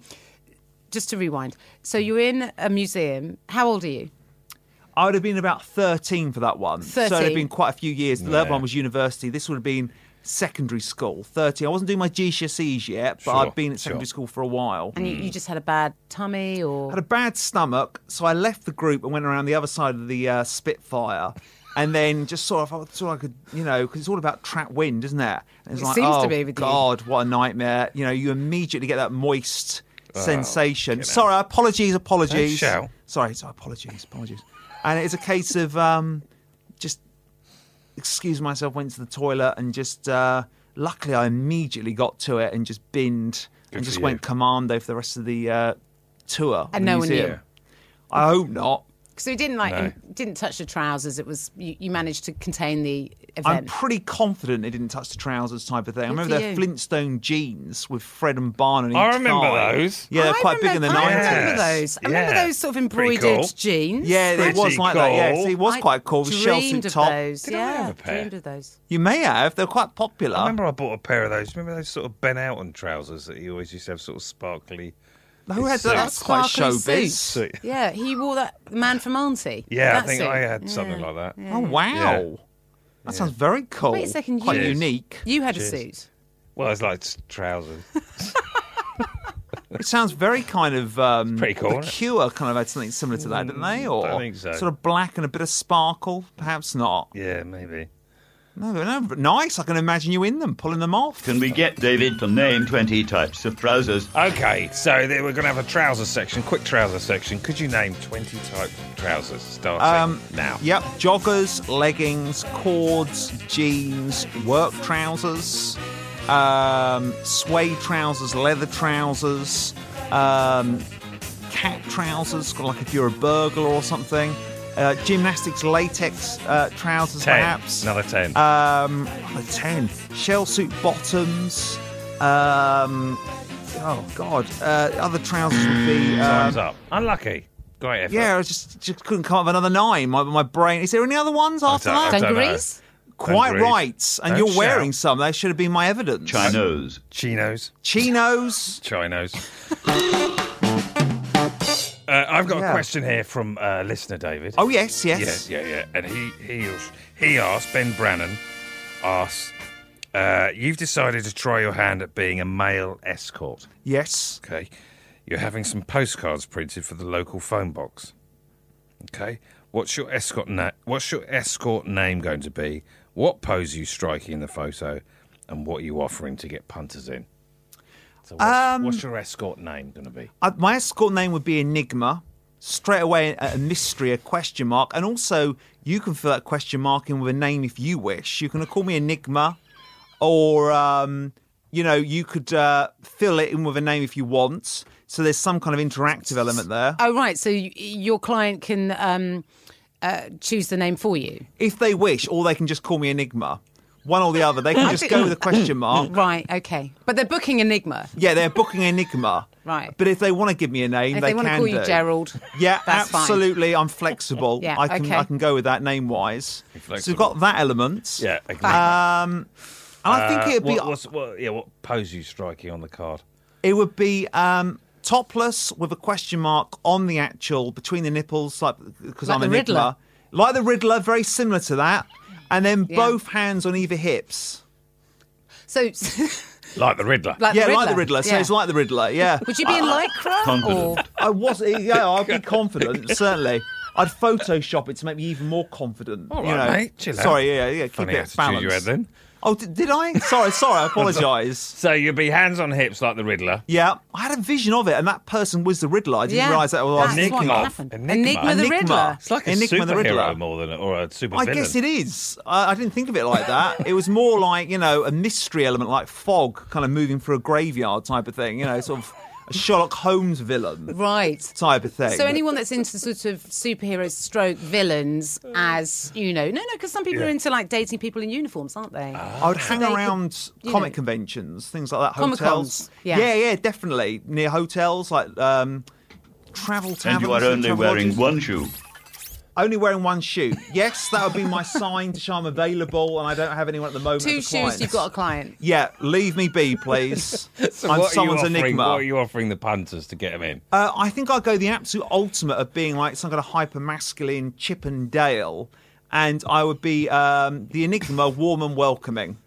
G: just to rewind. So you're in a museum. How old are you?
F: I would have been about 13 for that one. So it had
G: 13.
F: been quite a few years. The other one was university. This would have been secondary school, 13. I wasn't doing my GCSEs E yet, but
D: Sure,
F: I'd been at secondary
D: sure.
F: school for a while.
G: And you, you just had a bad tummy, or
F: Mm. had a bad stomach, so I left the group and went around the other side of the uh, Spitfire. And then just sort of, I thought I could, you know, because it's all about trap wind, isn't it? And it's
G: It
F: like,
G: seems to
F: oh,
G: be with you.
F: God, what a nightmare. You know, you immediately get that moist sensation. Sorry, apologies, apologies.
D: shout.
F: Sorry, sorry, apologies, apologies. And it's a case of um, just excused myself, went to the toilet, and just uh, luckily I immediately got to it and just binned and
D: for
F: just
D: you.
F: went commando for the rest of the uh, tour. of
G: And
F: the
G: no one knew.
F: museum. I hope not.
G: so you didn't like
D: No.
G: didn't touch the trousers. It was you, you managed to contain the
F: I'm
G: event.
F: pretty confident it didn't touch the trousers type of thing. I
G: Good
F: remember
G: for
F: their
G: you.
F: Flintstone jeans with Fred and Barn on each
D: I remember
F: thigh.
D: those.
F: Yeah, they're
G: I
F: quite big in the
G: remember- I
F: 90s.
G: remember
D: Yes.
G: those. I remember
D: Yeah.
G: those sort of
D: Pretty
G: embroidered
D: cool.
G: jeans.
F: Yeah, it
D: Pretty
F: was like that. Yeah,
D: cool.
F: it was
G: I
F: quite cool. The shell
G: dreamed
F: suit
G: of
F: top.
G: Those.
D: Did I
G: yeah,
D: have a pair?
G: dreamed
F: <laughs>
G: of those.
F: You may have. They're quite popular.
D: I remember I bought a pair of those. Remember those sort of Ben Outon trousers that he always used to have, sort of sparkly.
F: Who
D: his
F: had that? That's
D: suits?
F: quite
G: Sparkly
F: showbiz.
G: suits. Yeah, he wore that the man from Auntie.
D: Yeah,
G: That
D: I think
G: suit.
D: I
F: uh,
D: had something like that.
F: Oh wow, that sounds very cool.
G: Wait a second,
F: quite
G: you-
F: unique.
G: You had a
D: Cheers.
G: suit.
D: Well, it's like s- trousers.
F: It sounds very kind of
D: <laughs>
F: um,
D: pretty cool,
F: The
D: isn't it? Mm,
F: Cure kind of had something similar to that, didn't they? Or
D: think so.
F: sort of black and a bit of sparkle, perhaps not.
D: <laughs> yeah, maybe.
F: No, no, but nice. I can imagine you in them, pulling them off.
E: Can we get David to name 20 types of trousers?
D: Uh, Okay, so there we're going to have a trouser section, quick trouser section. Could you name 20 types of trousers starting now?
F: Yep, joggers, leggings, cords, jeans, work trousers, um, suede trousers, leather trousers, um, cat trousers, like if you're a burglar or something. Uh, gymnastics latex uh, trousers,
D: 10.
F: perhaps.
D: Another 10.
F: Um, number 10. Shell suit bottoms. Um, oh, God. Uh, other trousers would be. Um,
D: Time's up. Unlucky. Great effort.
F: yeah, I just, just couldn't come up with another nine. My, my brain. Is there any other ones after
D: don't- I
F: that?
D: don't- know.
G: Dungarees?
F: Quite
D: Dungarees.
F: right. And
D: Don't
F: you're
D: shout.
F: wearing some. That should have been my evidence. Uh,
E: Chinos.
D: Chinos.
F: Chinos. <laughs>
D: Chinos. uh, I've got
F: Yeah.
D: a question here from uh, listener David.
F: Oh, yes, yes.
D: Yeah, yeah, yeah. And he he was- he asked Ben Brannan asked, uh, "You've decided to try your hand at being a male escort.
F: Yes.
D: Okay, you're having some postcards printed for the local phone box. Okay, what's your escort na- What's your escort name going to be? What pose are you striking in the photo, and what are you offering to get punters in?" So what's,
F: Um,
D: what's your escort name going to be?
F: I, Uh, my escort name would be Enigma. Straight away, a, a mystery, a question mark. And also, you can fill that question mark in with a name if you wish. You can call me Enigma, or, um, you know, you could uh, fill it in with a name if you want. So there's some kind of interactive element there.
G: Oh, right. So y your client can um, uh, choose the name for you.
F: If they wish, or they can just call me Enigma. One or the other. They can just go with a question mark.
G: Right. Okay. But they're booking Enigma.
F: Yeah, they're booking Enigma.
G: Right.
F: But if they want to give me a name,
G: If
F: they,
G: they want to
F: can
G: call you
F: do.
G: Gerald,
F: Yeah,
G: that's fine.
F: absolutely. I'm flexible.
G: Yeah,
F: I can
G: okay.
F: I can go with that name wise. So we've
D: flexible.
F: got that element.
D: exactly.
F: Um, and I think it'd be
D: Uh, what, what's, what, yeah, what pose are you striking on the card?
F: it would be um, topless with a question mark on the actual between the nipples, like because
G: Like
F: I'm
G: the
F: an
G: Riddler.
F: enigma, like the Riddler, very similar to that, and then
G: Yeah.
F: both hands on either hips.
G: So,
D: Like the Riddler.
G: like
F: yeah,
G: the Riddler.
F: like the Riddler. So
G: Yeah.
F: it's like the Riddler. Yeah.
G: <laughs> Would you be in
F: Uh,
G: lycra?
E: Confident.
G: Or
F: I was. Yeah,
D: <laughs>
F: I'd be confident. Certainly, I'd Photoshop it to make me even more confident.
D: All
F: you
D: right,
F: know.
D: mate, chill out.
F: sorry, yeah, yeah. Keep
D: Funny
F: it
D: attitude
F: balanced.
D: you had then.
F: Oh, did, did I?
D: <laughs>
F: Sorry, sorry. I apologise.
D: So you'd be hands on hips like the Riddler.
F: yeah, I had a vision of it, and that person was the Riddler. I didn't
G: yeah,
F: realise that. was
G: that's
D: Enigma.
G: what happened.
D: Enigma.
G: Enigma the
F: Enigma.
G: Riddler.
D: It's like a
F: Enigma
D: superhero
F: the Riddler.
D: more than or a supervillain.
F: I guess it is. I, I didn't think of it like that. It was more like you know a mystery element, like fog, kind of moving through a graveyard type of thing. You know, sort of a Sherlock Holmes villain
G: Right.
F: type of thing.
G: So anyone that's into sort of superheroes, stroke villains, as you know, no, no, because some people are into like dating people in uniforms, aren't they?
F: I would hang
G: They could,
F: around
G: you
F: comic
G: know-
F: conventions, things like that,
G: Comic-Cons,
F: hotels.
G: yeah.
F: yeah, yeah, definitely near hotels like um, travel
E: And
F: taverns.
E: you are only
F: travel
E: wearing
F: lodges.
E: one shoe.
F: Only wearing one shoe. Yes, that would be my sign to show I'm available, and I don't have anyone at the moment.
G: Two
F: as a
G: shoes,
F: client.
G: you've got a client.
F: Yeah, leave me be, please.
D: <laughs> So
F: I'm
D: what are you
F: someone's
D: offering-
F: enigma.
D: What are you offering the punters to get them in?
F: Uh, I think I'd go the absolute ultimate of being like some kind of hyper masculine Chippendale, and I would be um, the enigma, warm and welcoming.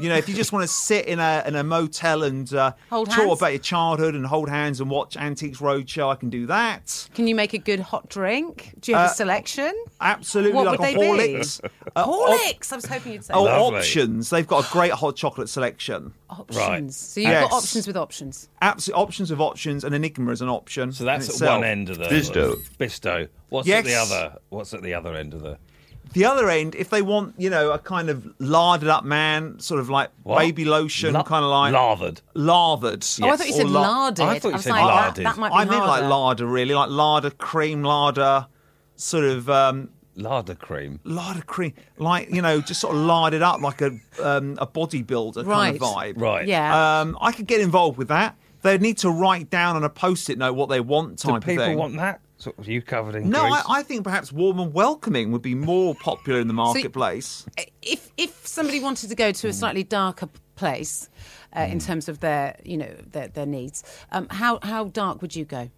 F: You know, if you just want to sit in a in a motel and uh,
G: Hold
F: talk
G: hands?
F: about your childhood and hold hands and watch Antiques Roadshow, I can do that.
G: Can you make a good hot drink? Do you
F: Uh,
G: have a selection?
F: Absolutely,
G: What
F: like
G: would
F: a
G: they be?
F: Horlicks. Uh, op-
G: Horlicks. I was hoping you'd say
F: oh,
G: that.
D: Lovely.
F: options. They've got a great hot chocolate selection.
G: options.
D: right.
G: So you've
F: Yes.
G: got options with options. Oh,
F: Absolute options of options. An enigma is an option.
D: So that's at one end of the
E: Bisto.
D: Bisto. What's at the
F: Yes.
D: other? What's at the other end of the?
F: The other end, if they want, you know, a kind of larded up man, sort of like
D: What?
F: baby lotion,
D: La-
F: kind of like
D: lathered.
F: lathered.
G: Oh, I thought you
F: Or
G: said
F: la-
G: larded.
D: I thought you
G: was
D: said
G: like, that-
D: larded.
G: That, might be
F: I meant like
G: harder.
F: larder, really, like larder cream, larder, sort of um,
D: Larder cream.
F: larder cream, like you know, just sort of larded up like a um, a bodybuilder kind
G: Right.
F: of vibe.
D: Right.
G: Yeah.
F: Um, I could get involved with that. They'd need to write down on a post-it note what they want.
D: Do
F: Type of
D: people
F: thing.
D: want that? Sort of you covered in
F: no,
D: grease.
F: I, I think perhaps warm and welcoming would be more popular
G: <laughs>
F: in the marketplace.
G: if if somebody wanted to go to a
F: Hmm.
G: slightly darker place uh, in terms of their you know their, their needs, um, how how dark would you go?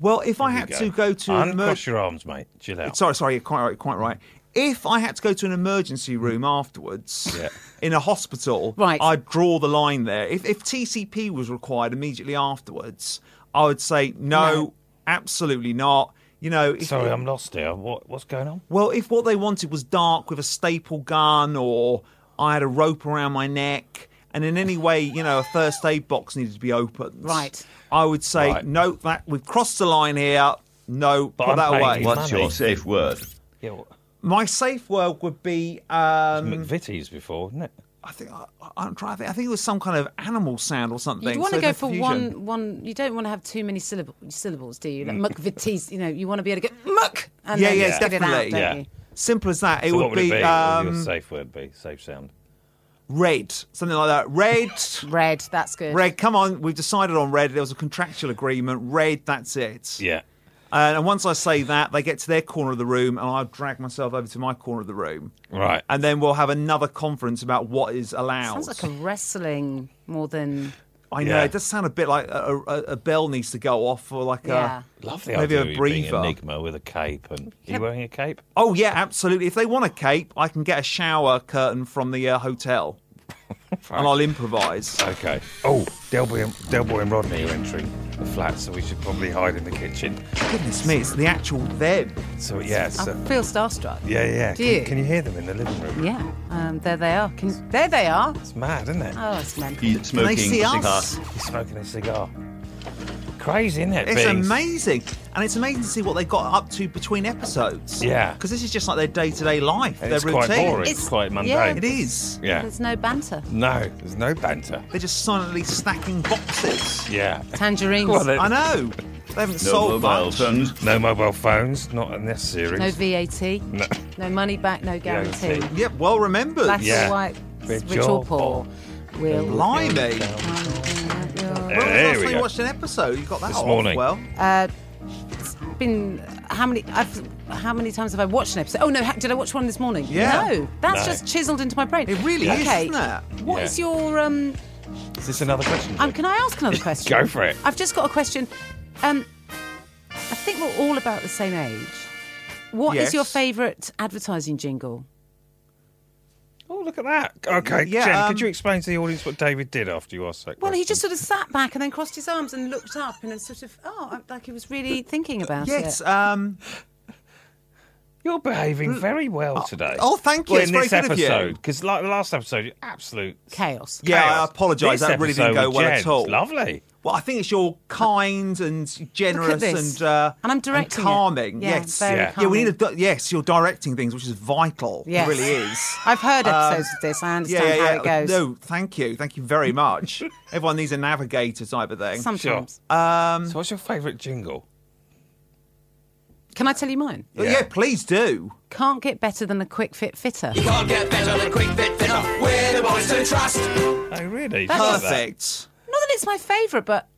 F: well, if I
D: Here we
F: had to go to an emer-
D: uncross your arms, mate. Chill out.
F: Sorry, sorry, you're quite right, quite right. If I had to go to an emergency room afterwards
D: Hmm. Yeah.
F: <laughs> in a hospital,
G: Right.
F: I'd draw the line there. If, if TCP was required immediately afterwards, I would say no,
G: No.
F: absolutely not. You know, if,
D: Sorry, I'm lost here. What, what's going on?
F: well, if what they wanted was dark with a staple gun, or I had a rope around my neck, and in any way, you know, a first aid box needed to be opened,
G: Right.
F: I would say
D: Right.
F: no. That we've crossed the line here. No,
D: But
F: put
D: I'm
F: that
D: paying
F: away.
D: you
E: What's
D: Money.
E: your safe word?
D: Yeah, well,
F: My safe word would be. Um,
D: McVitie's before, isn't it?
F: I think I, I'm trying. to think. I think it was some kind of animal sound or something.
G: You'd want
F: so
G: to go
F: the
G: for
F: confusion-
G: one one. You don't want to have too many syllable, syllables, do you? Like
F: Hmm.
G: muck vitties, you know, you want to be able to get muck and
F: Yeah,
G: then
F: yeah,
G: just get it out,
F: definitely.
G: don't
D: Yeah.
G: you?
F: Simple as that. It
D: So
F: would,
D: what would
F: be,
D: it be? What would
F: Um,
D: your safe word be? Safe sound.
F: red, something like that. Red,
G: Red, that's good.
F: red. Come on, we've decided on red. There was a contractual agreement. Red, that's it. Uh,
D: Yeah.
F: And, and once I say that, they get to their corner of the room, and I'll drag myself over to my corner of the room,
D: Right.
F: and then we'll have another conference about what is allowed.
G: Sounds like a wrestling more than
F: I know
D: Yeah.
F: it does sound a bit like a, a, a bell needs to go off, or like
G: Yeah.
F: a
D: Love the
F: maybe
D: idea
F: a
D: of you
F: breather.
D: being Enigma with a cape. And are you wearing a cape?
F: Oh yeah, absolutely. If they want a cape, I can get a shower curtain from the
D: <laughs>
F: uh, hotel, and I'll improvise.
D: Okay. Oh, Delboy and, Delboy and Rodney are entering the flat, so we should probably hide in the kitchen.
F: Goodness me, it's the actual them.
D: So yeah, so,
G: I feel starstruck.
D: Ah. yeah, yeah.
G: Do
D: Can,
G: you?
D: can you hear them in the living room?
G: Yeah, um, there they are. Can, there they are.
D: It's mad, isn't
F: Ah.
D: it?
G: Oh, it's mental.
E: He's smoking
F: see
E: a cigar.
F: us?
D: He's smoking a cigar. Crazy, isn't it?
F: It's
D: being-
F: amazing, and it's amazing to see what they got up to between episodes.
D: Yeah.
F: because this is just like their day-to-day life,
D: and
F: their
D: It's
F: routine.
D: quite boring. It's,
G: It's-
D: quite
G: yeah.
D: mundane.
F: It is.
D: Yeah.
G: There's no banter.
D: No, there's no banter.
F: They're just silently stacking boxes.
D: Yeah.
G: Tangerines.
D: Well, they-
F: I know. They haven't
E: No
F: sold
E: mobile
F: much.
E: phones.
D: No mobile phones, not in this series.
G: No VAT. No. money back, no guarantee.
D: Guarantee.
F: Yep, well remembered.
G: Black
D: Yeah.
G: or white,
D: Rich
G: rich,
D: or
G: or poor. We'll
F: Blimey.
G: Blimey.
F: When was the
D: There
F: last
D: we
F: time
D: go.
F: you watched an episode? You got that
D: This
F: off
D: morning.
F: well.
G: Uh, Been how many? I've how many times have I watched an episode? Oh no, ha- did I watch one this morning?
F: Yeah.
G: No, that's
D: No.
G: just chiseled into my brain.
F: It really is,
G: okay.
F: isn't it?
G: What
D: Yeah.
G: is your um?
D: Is this another question?
G: Um, can I ask another question?
D: <laughs> Go for it.
G: I've just got a question. Um, I think we're all about the same age. What is
F: Yes.
G: your favourite advertising jingle?
D: Oh, look at that. Okay,
F: Yeah,
D: Jen,
F: um,
D: could you explain to the audience what David did after you asked that
G: Well, he
D: question?
G: just sort of sat back and then crossed his arms and looked
F: uh, um,
G: up and then sort of, oh, like he was really thinking about
F: Yes.
G: it.
F: Um,
D: You're behaving very well today.
F: oh, thank you.
D: Well,
F: It's
D: in
F: very
D: this
F: good of you.
D: episode, because like the last episode, you're absolute.
G: Chaos.
F: Yeah,
D: chaos.
F: I apologise.
D: This
F: That really didn't
D: episode
F: go
D: with
F: well at
D: Jen's
F: all.
D: Lovely.
F: Well, I think it's your kind and
G: Look at
F: generous
G: this.
F: and uh,
G: And I'm directing it.
F: calming.
G: Yeah,
F: yes,
G: very
D: Yeah.
F: yeah. We
G: calming.
F: need a di- yes. You're directing things, which is vital.
G: Yes.
F: It really is. Um,
G: I've heard episodes of this. I understand how it goes.
F: No, thank you, thank you
G: <laughs>
F: very much. Everyone needs a navigator type of thing.
G: Sometimes.
F: Uh, Um,
D: so, what's your favourite jingle?
G: Can I tell you mine?
F: But yeah. please do.
G: Can't get better than a quick fit fitter.
H: Can't get better than quick fit fitter. We're the boys to trust.
D: Oh, really? Like that.
F: Perfect.
G: Not that it's my favourite, but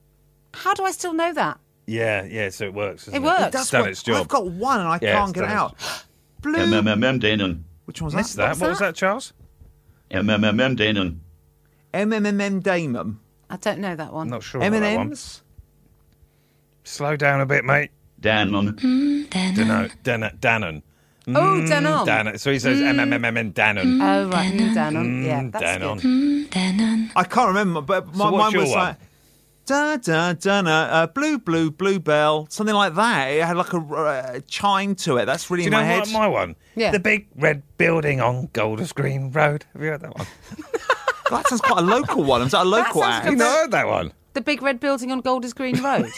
G: how do I still know that?
D: Yeah, yeah. So it works. doesn't
G: It works.
D: It's
G: That's
D: done
F: what-
D: its job.
F: I've got one and I
D: Yeah,
F: can't
D: it's
F: get it
D: done
F: out. <gasps> Blue.
E: MMM Danon.
F: Which one's
D: Missed
F: that?
D: that. What was that, Charles?
E: MMM Danon.
F: MMMM Damon.
G: I don't know that one.
D: I'm not sure. about that one.
F: M&M's.
D: Slow down a bit, mate.
E: Danon.
D: Dunno. Dunno. Dannon.
G: Oh,
F: Mm,
G: Danone.
D: Dannon. So he says MMMM Dannon.
G: Oh, right. Mm, Danone. Yeah,
D: Mm,
G: that's
D: Dannon.
G: good.
F: I can't remember, but my,
D: So what's
F: mine was
D: your one?
F: like. Da da da na, uh, blue blue blue bell, something like that. It had like a uh, chime to it. That's really
D: Do you know
F: in my head.
D: what my one?
G: Yeah.
D: The big red building on Golders Green Road. Have you heard
F: <laughs>
D: that one?
F: That sounds quite a local one. Is that a local
G: sounds
F: ad?
D: you not heard that one?
G: The big red building on Golders
D: <laughs>
G: Green Road.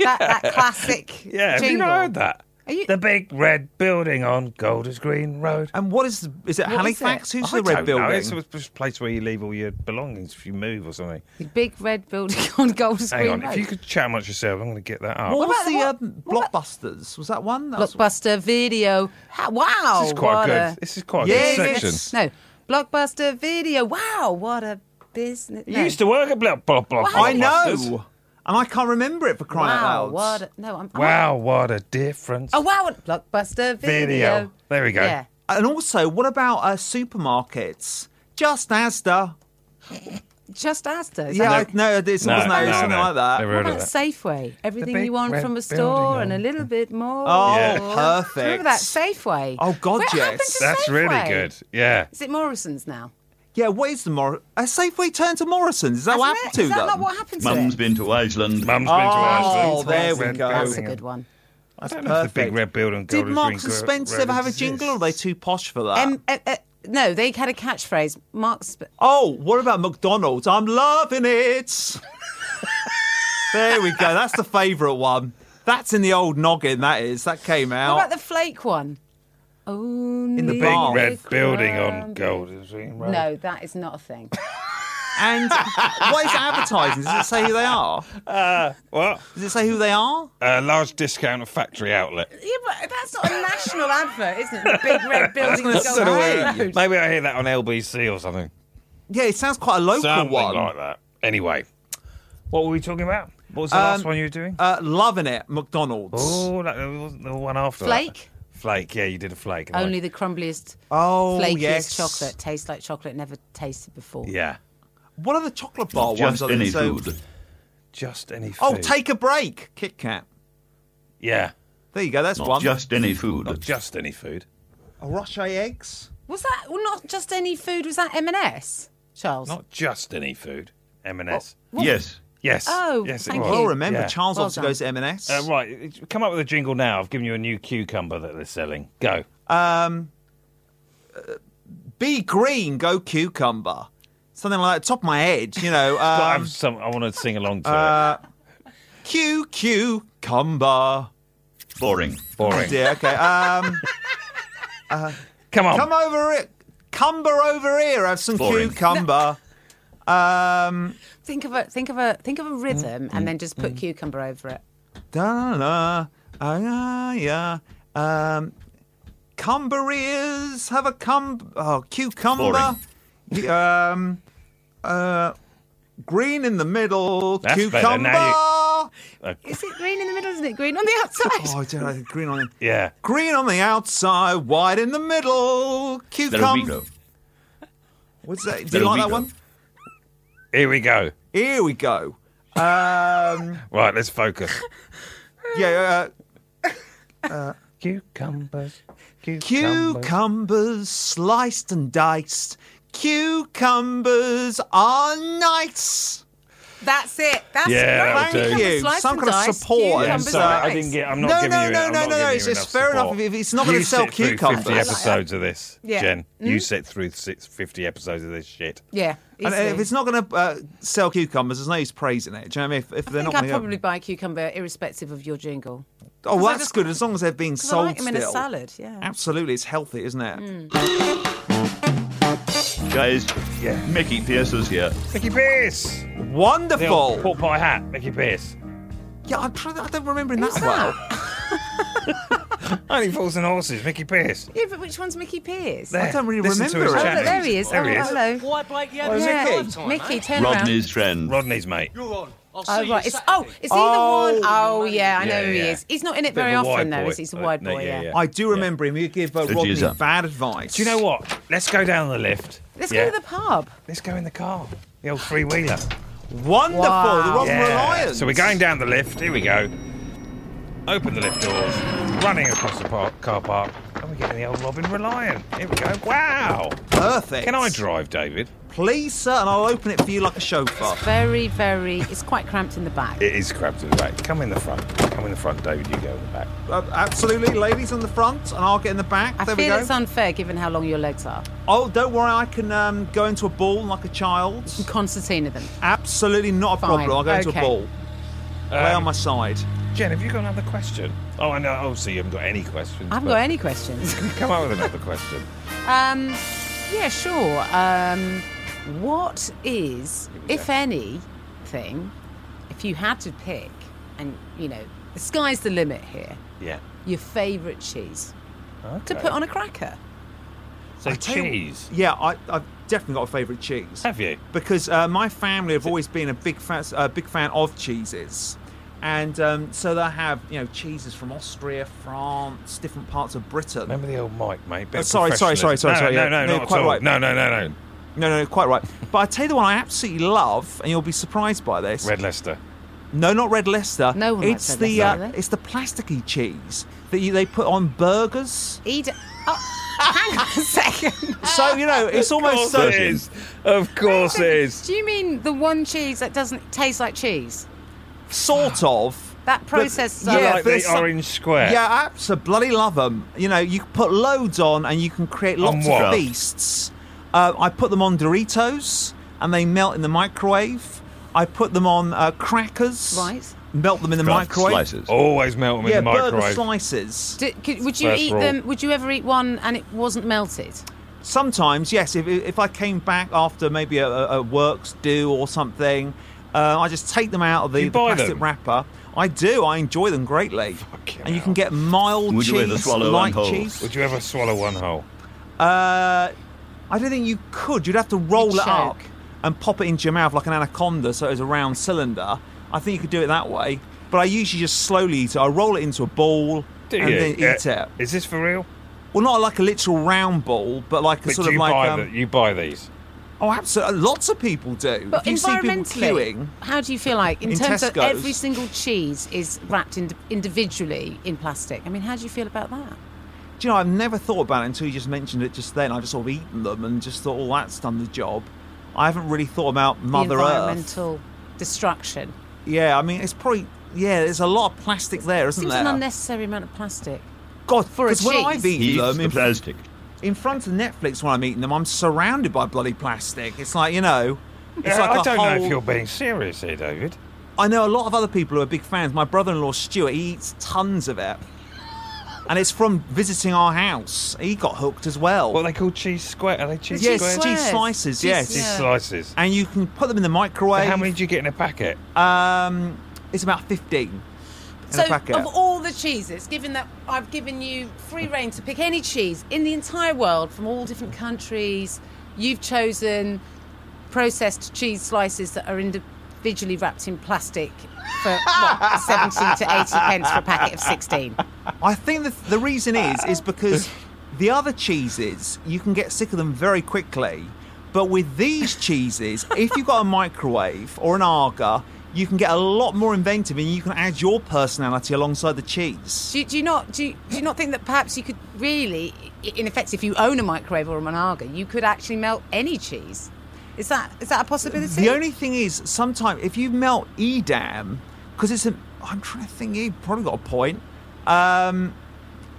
G: that, that classic.
D: Yeah. Have you
G: jingle.
D: not heard that?
G: Are you-
D: The big red building on Golders Green Road.
F: And what is is it?
G: What
F: Halifax?
G: is
F: Who's
D: I
F: the Oh, red
D: don't
F: building?
D: Know. It's a it's a place where you leave all your belongings if you move or something.
G: The big red building <laughs> on Golders
D: Hang
G: Green
D: on.
G: Road.
D: If you could chat amongst yourself, I'm going to get that up.
F: what,
G: What
F: was
G: about-
F: the
G: what-
F: um,
G: what about-
F: blockbusters? Was that one? That was-
G: Blockbuster video. Ha- wow.
D: This is quite
G: what
D: good.
G: a-
D: This is quite a
F: Yes.
D: good section.
G: No. Blockbuster video. Wow. What a business.
D: You used to work at Block Block Block.
G: Wow.
F: I
D: Blockbusters.
F: know, and I can't remember it for crying
G: Wow.
F: out loud.
G: What a, no, I'm, I'm
D: Wow, what a difference.
G: Oh, wow. what- Blockbuster video.
D: Video. There we go.
G: Yeah.
F: And also, what about uh, supermarkets? Just Asda.
G: Just Asda. Is
F: Yeah,
G: that-
F: I, no, there's no,
D: no,
F: something
D: no.
F: like that.
D: Never
G: What
D: heard
G: about
D: of that.
G: Safeway? Everything
D: big
G: you want
D: red
G: from a
D: building
G: store and a
D: on-
G: little bit more.
F: Oh,
D: Yeah.
F: perfect.
G: Remember that Safeway?
F: Oh, God,
G: what Happened
F: yes.
G: to
D: That's really
G: Safeway?
D: good. Yeah.
G: Is it Morrison's now?
F: Yeah, what is the Mor? uh, A Safeway turned to Morrison's. Is that what
G: Isn't
F: happened
G: it?
F: to
G: Oh, Is that
F: them?
G: not what happened to
E: Mum's
G: it?
E: been to Iceland.
D: Mum's been to Iceland.
F: Oh, there we go.
G: That's a good one.
D: I don't know if the big
F: Perfect.
D: red building.
F: Did
D: Golders
F: Marks and
D: Green Gro-
F: Spencer
D: Road
F: ever have a
D: exists?
F: jingle? Or are they too posh for that?
G: Um, uh, uh, no, they had a catchphrase. Mark's.
F: Oh, what about McDonald's? I'm loving it. there we go. That's the favourite one. That's in the old noggin. That is. That came
G: What
F: out.
G: about the flake one? Only
F: the
D: Oh. Big
F: bar?
D: red building on Golders Green Road.
G: No, that is not a thing.
F: and what is advertising? Does it say who they are?
G: Uh,
D: What?
F: Does it say who they are?
D: A Uh, large discount factory
G: <laughs>
D: outlet.
G: <laughs> yeah, but that's not a national advert, isn't it? The big <laughs> red building. on
D: So do
G: Golders
D: we.
G: Road.
D: Maybe I hear that on LBC or something.
F: Yeah, it sounds quite a local
D: Something
F: one.
D: like that. Anyway, what were we talking about? What was the
G: Um,
D: last one you were doing?
F: Uh, loving it, McDonald's.
D: oh, that that wasn't the one after that.
G: Flake?
D: Flake. Yeah, you did a flake. didn't I?
G: Only the crumbliest,
F: Oh,
G: flakiest
F: yes.
G: chocolate tastes like chocolate never tasted before.
D: Yeah.
F: What are the chocolate bar ones?
E: Just
F: I think
E: any
F: so-
E: food.
D: Just any food.
F: Oh, take a break, Kit Kat.
D: Yeah.
F: There you go. That's one.
E: Just any food.
D: Just any food.
F: A Roche eggs.
G: Was that well, not just any food? Was that M&S, Charles?
D: Not just any food. M&S.
E: Yes.
D: Yes.
G: Oh,
D: yes,
G: thank
D: it was.
G: you.
F: Well, remember,
D: Yeah.
F: Charles
G: Well
F: obviously
G: done.
F: goes to M&S.
D: Uh, right, it- come up with a jingle now. I've given you a new cucumber that they're selling. Go.
F: Be green, go cucumber. Something like that. Top of my head, you know.
D: <laughs> But I
F: Um,
D: have some. I want to sing along to
F: Uh, Q cucumber.
E: Boring.
D: it. Boring.
F: Yeah, okay. Um,
D: Come on.
F: come over it. Cumber over here. Have some
E: Boring.
F: cucumber. Um,
G: Think of a think of a think of
F: Mm.
G: a rhythm, and then just put cucumber over it.
F: da da da. Yeah. Um, cumber ears. Have a cum. Oh, cucumber. Um, uh, green in the middle.
D: That's better.
F: cucumber.
D: <laughs> Now
G: Is it green in the middle? Isn't it green
F: <laughs>
G: on the outside? <laughs>
F: Oh, I don't know. Green on the
D: Yeah.
F: green on the outside, white in the
E: There
F: middle.
E: we
F: Cucumber.
E: go.
F: What's that? Do
E: There
F: you
E: we
F: like that
E: go.
F: one?
D: Here we go.
F: Here we go. Um,
D: Right, let's focus.
G: <laughs>
F: yeah, uh,
G: Uh,
D: Cucumbers. Cucumbers.
F: cucumbers sliced and diced. Cucumbers are nice.
G: That's it. That's
D: Yeah, that'll
G: right.
D: do.
F: Thank
D: Cucumber
F: you.
G: Slice
F: Some
G: and
F: kind of
G: dice,
F: support.
G: cucumber
F: and
D: I'm sorry, I
G: slice.
D: didn't get. I'm
F: no,
D: not giving
F: no,
D: you.
F: no,
D: I'm
F: no,
D: not
F: no,
D: giving you
F: It's, it's
D: enough
F: fair enough.
D: support.
F: If it's not going
D: you
F: to sell
D: sit through
F: cucumbers.
D: 50 episodes of this,
G: Yeah. Mm-hmm.
D: Jen. You sit through six- 50 episodes of this shit.
G: Yeah.
F: And
G: easily.
F: if it's not going to uh, sell cucumbers, there's no use praising it. Do you know what I mean? If, if
G: I
F: they're
G: think
F: not
G: I'd
F: going
G: probably buy a cucumber irrespective of your jingle.
F: Oh, well,
G: I
F: that's
G: just-
F: good as long as they're being
G: 'Cause
F: sold
G: I like them in
F: still.
G: a salad, Hmm. yeah.
F: Absolutely, it's healthy, isn't it?
I: Guys, yeah. Mickey Pierce is here.
D: Mickey Pierce!
F: Wonderful.
D: The old pork pie hat, Mickey Pierce.
F: Yeah, I'm trying. I don't remember him that well.
D: Only Fools and Horses, Mickey Pierce.
G: Yeah, but which one's Mickey Pierce?
D: There.
F: I don't really
D: Listen to
F: remember
D: his
F: it.
G: Oh,
D: chat.
G: look, there he is.
D: There
G: oh,
D: he is.
G: hello.
J: Why, Blake? Yeah,
F: Oh, is
G: Yeah.
F: it
J: Mickey?
G: Mickey, turn around.
I: Rodney's friend.
D: Rodney's mate.
J: You're on. I'll see
G: Oh,
J: you
G: right. It's, oh,
J: Saturday.
G: it's either one.
F: Oh.
G: Oh, yeah, I know
D: Yeah,
G: who he
D: yeah.
G: is. He's not in it
D: Bit of
G: very
D: a
G: often,
D: wide
G: though,
D: boy.
G: is he? He's a
D: Uh,
G: wide
D: no,
G: boy,
D: yeah,
G: yeah.
D: yeah.
F: I do remember him. He gave uh,
I: The
F: Rodney
I: geezer.
F: bad advice.
D: Do you know what? Let's go down the lift.
G: Let's
D: Yeah.
G: go to the pub.
D: Let's go in the car. The old three wheeler.
F: Wonderful.
G: Wow.
F: The Rotten
D: Yeah.
F: Reliance.
D: So we're going down the lift. Here we go. Open the lift doors. Running across the park, car park. And we get in the old Robin Reliant. Here we go. Wow.
F: Perfect.
D: Can I drive, David?
F: Please, sir, and I'll open it for you like a chauffeur.
G: Very, very. It's quite cramped in the back.
D: It is cramped to the back. Come in the front. Come in the front, David. You go in the back.
F: Uh, absolutely, ladies on the front, and I'll get in the back.
G: I
F: there we
G: feel
F: go.
G: it's unfair given how long your legs are.
F: oh, don't worry, I can um, go into a ball like a child.
G: Concertina them.
F: Absolutely not a
G: Fine,
F: problem. I'll go into
G: okay.
F: a ball. Lay on my side.
D: Um, Jen, have you got another question? Oh, I know. Obviously, you haven't got any questions.
G: I
D: <laughs>
G: haven't
D: but
G: got any questions.
D: Come up with another question.
G: Um, yeah, sure. Um, what is, if anything, if you had to pick, and you know, the sky's the limit here,
D: Yeah.
G: your favourite cheese
D: Okay.
G: to put on a cracker?
D: So
F: I tell you-
D: cheese.
F: Yeah, I, I've definitely got a favourite cheese.
D: Have you?
F: Because uh, my family have always been a big fan, uh, big fan of cheeses, and um, so they have you know cheeses from Austria, France, different parts of Britain.
D: Remember the old mic, mate. Bit
F: Oh,
D: of
F: sorry, sorry, sorry, sorry,
D: professionalism.
F: sorry,
D: No, no,
F: yeah. No,
D: no,
F: you're
D: not
F: quite
D: at all.
F: right.
D: No, no, no, no.
F: No, no, quite right. But I tell you the one I absolutely love, and you'll be surprised by this.
D: Red Leicester.
F: No, not red Leicester.
G: No one
F: it's
G: likes Red
F: the
G: Leicester,
F: uh,
G: do they?
F: it's the plasticky cheese that you, they put on burgers.
G: <laughs> Ed- oh,
D: <laughs>
G: hang on a second.
F: So you know it's almost
D: Of
F: so.
D: course it is. Of course it <laughs> is.
G: Do you mean the one cheese that doesn't taste like cheese?
F: sort of.
G: That process.
F: yeah,
D: like
F: but
D: the
F: it's some-
D: orange square.
F: Yeah, absolutely bloody love them. You know, you can put loads on and you can create
D: On
F: lots
D: what?
F: of feasts. Uh, I put them on Doritos and they melt in the microwave. I put them on uh, crackers.
G: Right.
F: Melt them in the
I: Craft
F: microwave.
I: Slices.
D: Always melt them
F: Yeah,
D: in the
F: burger
D: microwave.
F: slices.
G: Do- could, would you
D: First
G: eat
D: rule.
G: them? Would you ever eat one and it wasn't melted?
F: Sometimes, yes, if, if I came back after maybe a, a a works do or something, uh, I just take them out of the,
D: you
F: the
D: buy
F: plastic
D: them?
F: wrapper. I do. I enjoy them greatly.
D: Fucking
F: and you
D: hell.
F: can get mild
I: Would you
F: cheese,
I: rather swallow and
F: light
I: hold?
F: cheese.
D: Would you ever swallow one whole?
F: Uh, I don't think you could. You'd have to roll
G: You'd
F: it up
G: choke.
F: and pop it into your mouth like an anaconda, so it was a round cylinder. I think you could do it that way. But I usually just slowly eat it. I roll it into a ball
D: Do
F: and
D: you?
F: then
D: Yeah.
F: eat it.
D: Is this for real?
F: Well, not like a literal round ball, but like a
D: But
F: sort
D: do
F: of
D: you
F: like
D: buy
F: um,
D: the, you buy these?
F: Oh, absolutely. Lots of people do.
G: But
F: if you see people
G: environmentally,
F: queuing,
G: how do you feel like in,
F: In
G: terms of
F: Tesco's.
G: every single cheese is wrapped in, individually in plastic? I mean, how do you feel about that?
F: do you know, I've never thought about it until you just mentioned it just then. I've just sort of eaten them and just thought, oh, that's done the job. I haven't really thought about Mother
G: the
F: Earth.
G: environmental destruction
F: Yeah, I mean, it's probably, yeah, there's a lot of plastic there, isn't
G: seems
F: there?
G: an unnecessary amount of plastic.
F: God,
G: for a
F: because when
G: cheese.
F: I've eaten
I: He's
F: them,
I: the
F: in,
I: plastic.
F: in front of Netflix when I'm eating them, I'm surrounded by bloody plastic. It's like, you know, it's
D: Yeah,
F: like
D: I
F: a
D: don't know
F: whole-
D: if you're being serious here, David.
F: I know a lot of other people who are big fans. My brother-in-law Stuart, he eats tons of it, and it's from visiting our house. He got hooked as well.
D: What are they called cheese square? Are they cheese
F: yes,
D: squares?
G: square-
F: cheese
G: squares.
F: slices.
G: Cheese-
F: yes,
D: Cheese
G: yeah.
D: slices.
F: and you can put them in the
D: So
F: microwave.
D: how many do you get in a packet?
F: Um, it's about fifteen. In
G: So,
F: a packet.
G: of all the cheeses, given that I've given you free reign to pick any cheese in the entire world from all different countries, you've chosen processed cheese slices that are individually wrapped in plastic for
F: <laughs>
G: what, 70 to 80 pence for a packet of 16.
F: I think the, the reason is is because the other cheeses you can get sick of them very quickly, but with these cheeses, if you've got a microwave or an arga, you can get a lot more inventive and you can add your personality alongside the cheese.
G: Do, you- do you not do you, do you not think that perhaps you could really, i- in effect, if you own a microwave or a Monaga, you could actually melt any cheese? Is that is that a possibility?
F: The only thing is, sometimes if you melt edam, because it's a, I'm trying to think. You probably got a point. Um,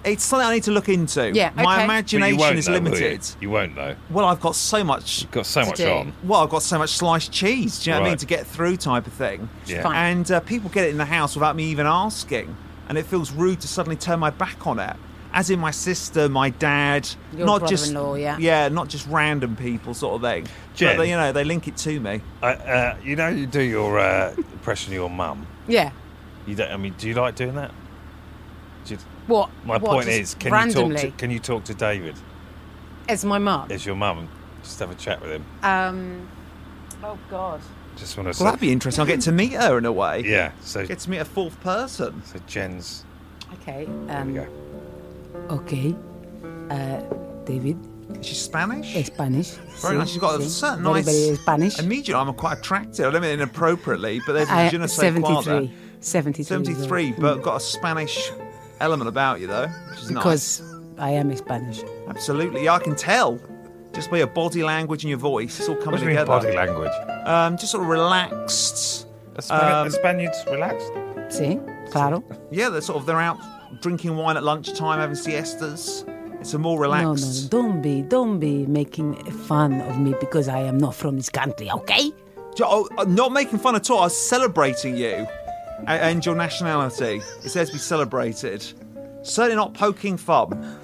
F: it's something I need to look into. my
G: Yeah, okay.
D: But you won't
F: imagination is
D: know, will you?
F: limited.
D: You won't know.
F: Well, I've got so much.
D: Got so
G: To
D: much
G: do.
D: on.
F: Well, I've got so much sliced cheese. Do you know what I mean?
D: Right.
F: To get through, type of thing.
D: Yeah.
G: fine.
F: And uh, people get it in the house without me even asking, and it feels rude to suddenly turn my back on it. As in my sister, my dad,
G: Your
F: not just
G: brother-in-law, yeah.
F: yeah, not just random people, sort of thing.
D: Jen.
F: But they, you know, they link it to me.
D: Uh, uh, you know, you do your uh, <laughs> impression of your mum.
G: yeah.
D: You don't. I mean, do you like doing that? Do you,
G: What?
D: my
G: what,
D: point
G: just
D: is, can
G: randomly
D: you talk? To, can you talk to David
G: as my mum.
D: as your mum? Just have a chat with him.
G: Um, oh God.
D: Just want to.
F: Well, that'd be interesting. I'll get to meet her in a way.
D: yeah. So,
F: Get to meet a fourth person.
D: so Jen's.
G: Okay.
D: There we
G: Um,
D: go.
G: okay. Uh, David,
F: She's Spanish.
G: Spanish.
F: Very nice. She's got a certain nice. Immediately, I'm quite attractive. I don't mean inappropriately, but there's
G: Uh,
F: a je ne sais quoi there.
G: 73.
F: 73, but got a Spanish element about you, though, which is nice.
G: I am Spanish.
F: Absolutely. Yeah, I can tell. Just by your body language and your voice, it's all coming
D: What do you mean
F: together.
D: body language?
F: Um, just sort of relaxed.
D: A Span-
F: Um,
D: a Spaniards relaxed.
G: See? Claro.
F: Yeah, they're sort of they're out drinking wine at lunchtime, having siestas. It's a more relaxed.
G: don't be, don't be making fun of me because I am not from this country, okay?
F: Jo- Oh, I'm not making fun at all. I was celebrating you a- and your nationality. It's there to be celebrated. Certainly not poking fun.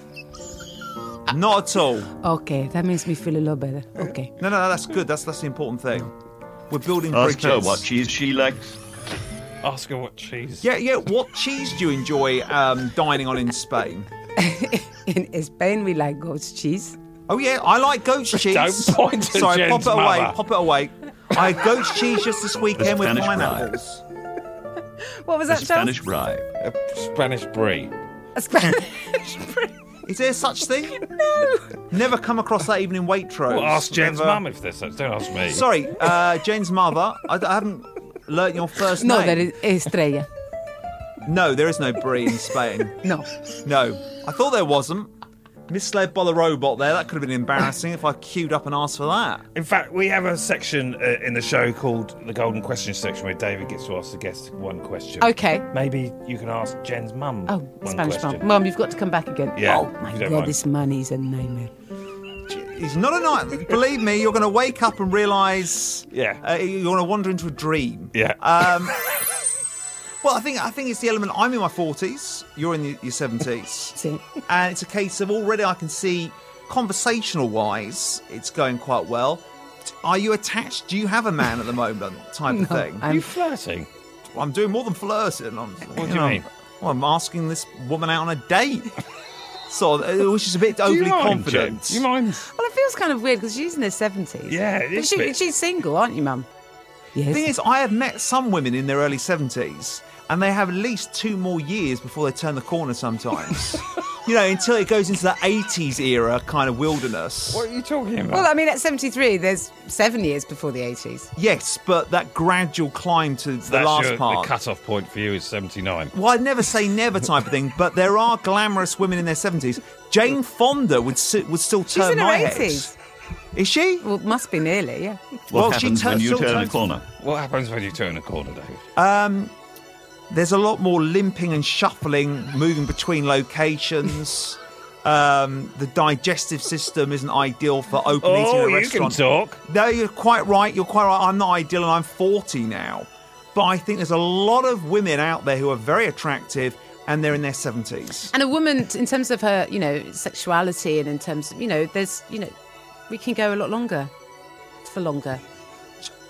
F: Not at all. No,
G: Okay, that makes me feel a lot better. <laughs> Okay.
F: no, no. That's good. That's that's the important thing. We're building
I: Ask
F: bridges.
I: her what cheese she likes.
D: Ask her what cheese.
F: yeah, yeah. What cheese do you enjoy um, dining on in Spain?
G: In Spain, we like goat's cheese.
F: Oh yeah, I like goat's
D: <laughs>
F: cheese.
D: Don't point at
F: Sorry,
D: Jen's
F: pop it away.
D: mother.
F: Pop it away. I had goat's cheese just this weekend with
I: Spanish
F: pineapples.
G: What was
I: The
G: that, Charles?
I: Spanish rye.
D: A Spanish brie.
G: A Spanish.
F: Is there
D: <laughs>
F: such thing? no. Never come across that even in Waitrose.
D: Well, ask Jen's
F: Never-
D: mum if there's such. Don't ask me.
F: Sorry, uh, Jen's mother. I, I haven't learnt your first
G: no,
F: name.
G: that is estrella.
F: No, there is no Brie in Spain.
G: <laughs> No.
F: No, I thought there wasn't. Misled by the robot there. That could have been embarrassing if I queued up and asked for that.
D: In fact, we have a section uh, in the show called the Golden Question section where David gets to ask the guest one question.
G: Okay.
D: Maybe you can ask Jen's mum.
G: <laughs> Oh,
D: one
G: Spanish
D: question.
G: mum. Mum, you've got to come back again.
D: Yeah,
G: oh,
D: if
G: my
D: you don't
G: God,
D: mind.
G: this money is a nightmare.
F: It's not a night. Believe me, you're going to wake up and realise.
D: Yeah.
F: Uh, you're going to wander into a dream.
D: Yeah.
F: Um, <laughs> well, I think I think it's the element. I'm in my forties. You're in
D: <laughs>
F: your seventies,
G: See?
F: and it's a case of already I can see, conversational wise, it's going quite well. Are you attached? Do you have a man at the moment? Type
J: <laughs>
F: of thing.
D: Are you flirting?
F: I'm doing more than flirting. I'm,
D: do you mean?
F: Well, I'm asking this woman out on a
D: <laughs>
F: date. So, uh, which is a bit
D: Do you
F: overly
D: mind, Jen?
F: confident.
D: Do you mind?
G: Well, it feels kind of weird because she's in her 70s.
D: Yeah, it
G: But
D: is a
G: she-
D: bit.
G: She's single, aren't you, Mum? Yes.
F: The thing is, I have met some women in their early 70s, and they have at least two more years before they turn the
D: <laughs>
F: corner sometimes. you know, until it goes into the 80s era kind of wilderness.
D: What are you talking about?
G: well, I mean, at 73, there's seven years before the 80s.
F: Yes, but that gradual climb to the
D: That's
F: last
D: your,
F: part.
D: The cut-off point for you is 79.
F: well, I'd never say never type of thing, but there are glamorous women in their 70s. Jane Fonda would, si- would still turn
G: She's in her
F: my
G: 80s.
F: head. Is she?
G: Well, must be nearly, yeah.
I: What
F: Well, she
I: happens when
F: turns-
I: you
F: still
I: turn
F: turns-
I: the corner?
D: What happens when you turn a corner, David?
F: there's a lot more limping and shuffling, moving between locations. um, the digestive system isn't ideal for open eating
D: oh,
F: in a
D: you
F: restaurant.
D: can talk.
F: No, you're quite right. You're quite right. I'm not ideal, and I'm 40 now. But I think there's a lot of women out there who are very attractive, and they're in their 70s.
G: And a woman, t- in terms of her, you know, sexuality and in terms of, you know, there's, you know, we can go a lot longer. For longer.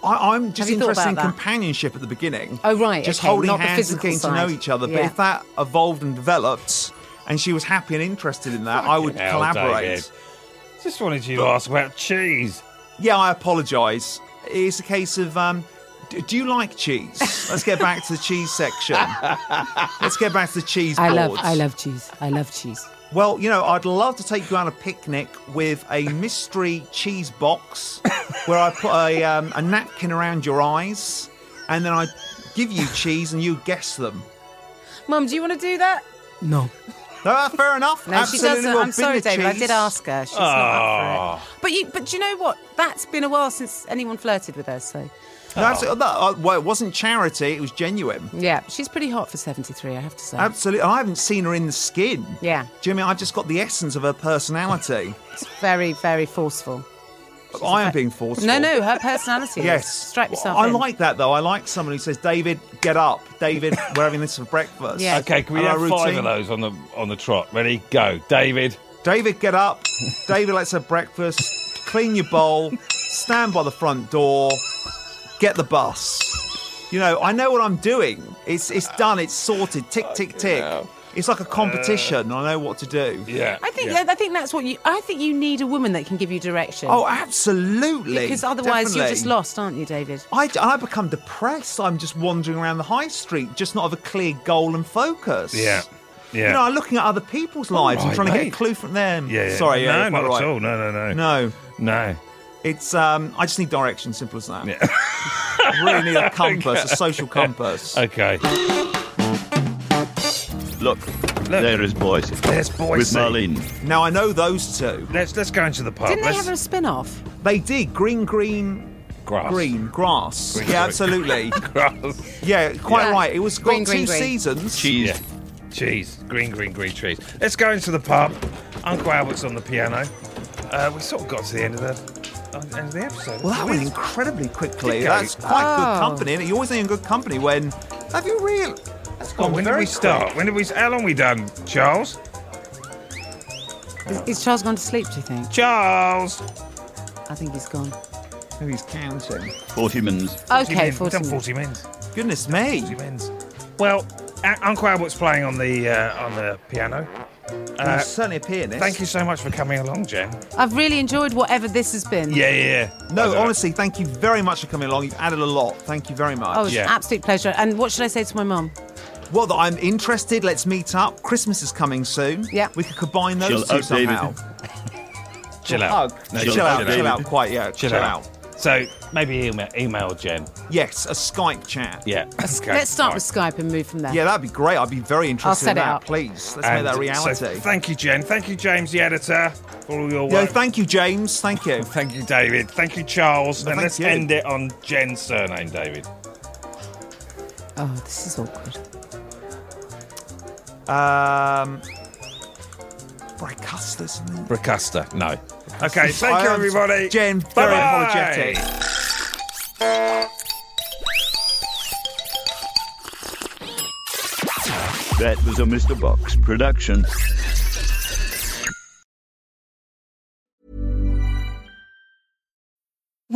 F: I, I'm just
G: Have you thought
F: interested
G: about
F: in
G: that?
F: companionship at the beginning.
G: Oh, right,
F: Just
G: okay,
F: holding
G: not the
F: hands and
G: physical
F: getting to
G: side.
F: know each other. But
G: Yeah.
F: if that evolved and developed, and she was happy and interested in that, I would
D: Fucking hell,
F: collaborate.
D: David. Just wanted you to ask about cheese.
F: Yeah, I apologise. It's a case of, um, do, do you like cheese? Let's get back to the cheese section. Let's get back to the cheese
G: I love,
F: boards.
G: I love cheese. I love cheese.
F: Well, you know, I'd love to take you on a picnic with a mystery cheese box where I put a, um, a napkin around your eyes and then I give you cheese and you guess them.
G: Mum, do you want to do that?
H: No.
F: Ah, fair enough.
G: No, she
F: Absolutely
G: doesn't.
F: will
G: I'm
F: bin
G: sorry,
F: the
G: David. I
F: cheese.
G: did ask her. She's not
D: Ah.
G: up for it. But you, but do you know what? That's been a while since anyone flirted with her. So
F: No, absolutely. No, uh, well, it wasn't charity. It was genuine.
G: yeah, she's pretty hot for 73. I have to say.
F: Absolutely. And I haven't seen her in the skin.
G: Yeah.
F: Jimmy, I've just got the essence of her
G: <laughs>
F: personality.
G: It's very, very forceful.
F: I am being forceful.
G: No, no, her personality. is.
F: Yes.
G: Strap yourself
F: I
G: in.
F: like that though. I like someone who says, "David, get up. David, we're having this for breakfast."
G: Yeah.
D: Okay, can we
F: And our
D: have five
F: routine.
D: of those on the on the trot? Ready? Go, David.
F: David, get up. David, let's have breakfast. Clean your bowl. Stand by the front door. Get the bus. You know, I know what I'm doing. It's it's done. It's sorted. Tick, tick, tick. It's like a competition. I know what to do.
D: Yeah.
G: I think I think that's what you. oh, I think you need a woman that can give you direction.
F: Oh, absolutely.
G: because otherwise you're
F: Definitely.
G: just lost, aren't you, David?
F: I, and I become depressed. I'm just wandering around the high street, just not of a clear goal and focus.
D: Yeah. Yeah. Oh,
F: You know, I'm looking at other people's lives and
D: right,
F: trying to get a
D: mate.
F: clue from them.
D: yeah, yeah.
F: Sorry, yeah,
D: no,
F: you're quite
D: not
F: right.
D: at all. No, no, no,
F: No,
D: no.
F: it's um, I just need direction. Simple as that. I <laughs>
D: <laughs>
F: really need a compass, a social compass.
D: Okay.
I: Look, there is Boise.
D: There's
I: With
D: Boise.
I: Marlene.
F: Now I know those two.
D: Let's let's go into the pub.
G: Didn't they
D: let's...
G: have a spin-off?
F: They did green, green,
D: grass?
F: green grass.
D: Green,
F: yeah,
D: green. <laughs>
F: absolutely.
D: grass.
F: yeah, quite
G: Yeah.
F: right. It was got
G: Green,
F: two
G: green, green.
F: seasons.
I: Cheese.
D: Yeah. Jeez, green, green, green trees. Let's go into the pub. Uncle Albert's on the piano. Uh, we sort of got to the end of the uh, end of the episode.
F: Well, that
D: Weird.
F: went incredibly quickly.
D: Did go.
F: That's quite good
G: Oh.
F: company. Isn't it? You always need a good company when. Have you real? That's
D: Oh,
F: gone
D: when did
F: very
D: we start? When did we? How long we done, Charles?
G: Is, is Charles gone to sleep? Do you think?
D: Charles.
G: I think he's gone.
F: quick. Maybe he's counting.
I: 40 mins.
G: Okay,
D: min- we've done
G: 40 minutes.
D: forty minutes.
F: Goodness me.
D: Forty minutes. Well, A- Uncle Albert's playing on the uh, on the piano.
F: Well,
D: Uh,
F: he's certainly a pianist.
D: thank you so much for coming along, Jen.
G: I've really enjoyed whatever this has been.
D: Yeah, yeah. yeah. I
F: No,
D: don't know.
F: honestly, thank you very much for coming along. You've added a lot. Thank you very much.
G: Oh, it's
D: Yeah.
G: an absolute pleasure. And what should I say to my mum?
F: Well, that I'm interested. Let's meet up. Christmas is coming soon.
G: Yeah.
F: We could combine those
I: Chill
F: two
I: out, David.
F: somehow.
D: <laughs> Chill out.
F: Hug.
D: No,
F: chill,
I: chill
F: out.
I: out,
F: Chill
I: David.
F: out. Quite, yeah.
D: Chill, out. So maybe email, email Jen.
F: Yes, a Skype chat.
D: Yeah. Okay,
G: Let's start
D: fine.
G: with Skype and move from there.
F: Yeah, that'd be great. I'd be very interested in
G: set it
F: that.
G: up.
F: Please, let's
D: And
F: make that
D: so
F: reality.
D: thank you, Jen. Thank you, James, the editor, for all your
F: yeah,
D: work.
F: thank you, James. Thank you.
D: Thank you, David. Thank you, Charles.
F: No,
D: and
F: thank
D: let's
F: you.
D: end it on Jen's surname, David.
G: Oh, this is awkward.
F: Um, Bricustas.
D: Bracaster. No. Okay, thank you,
F: I am-
D: everybody.
F: Jen, very
D: Bye-bye.
F: apologetic.
I: That was a Mr. Box production.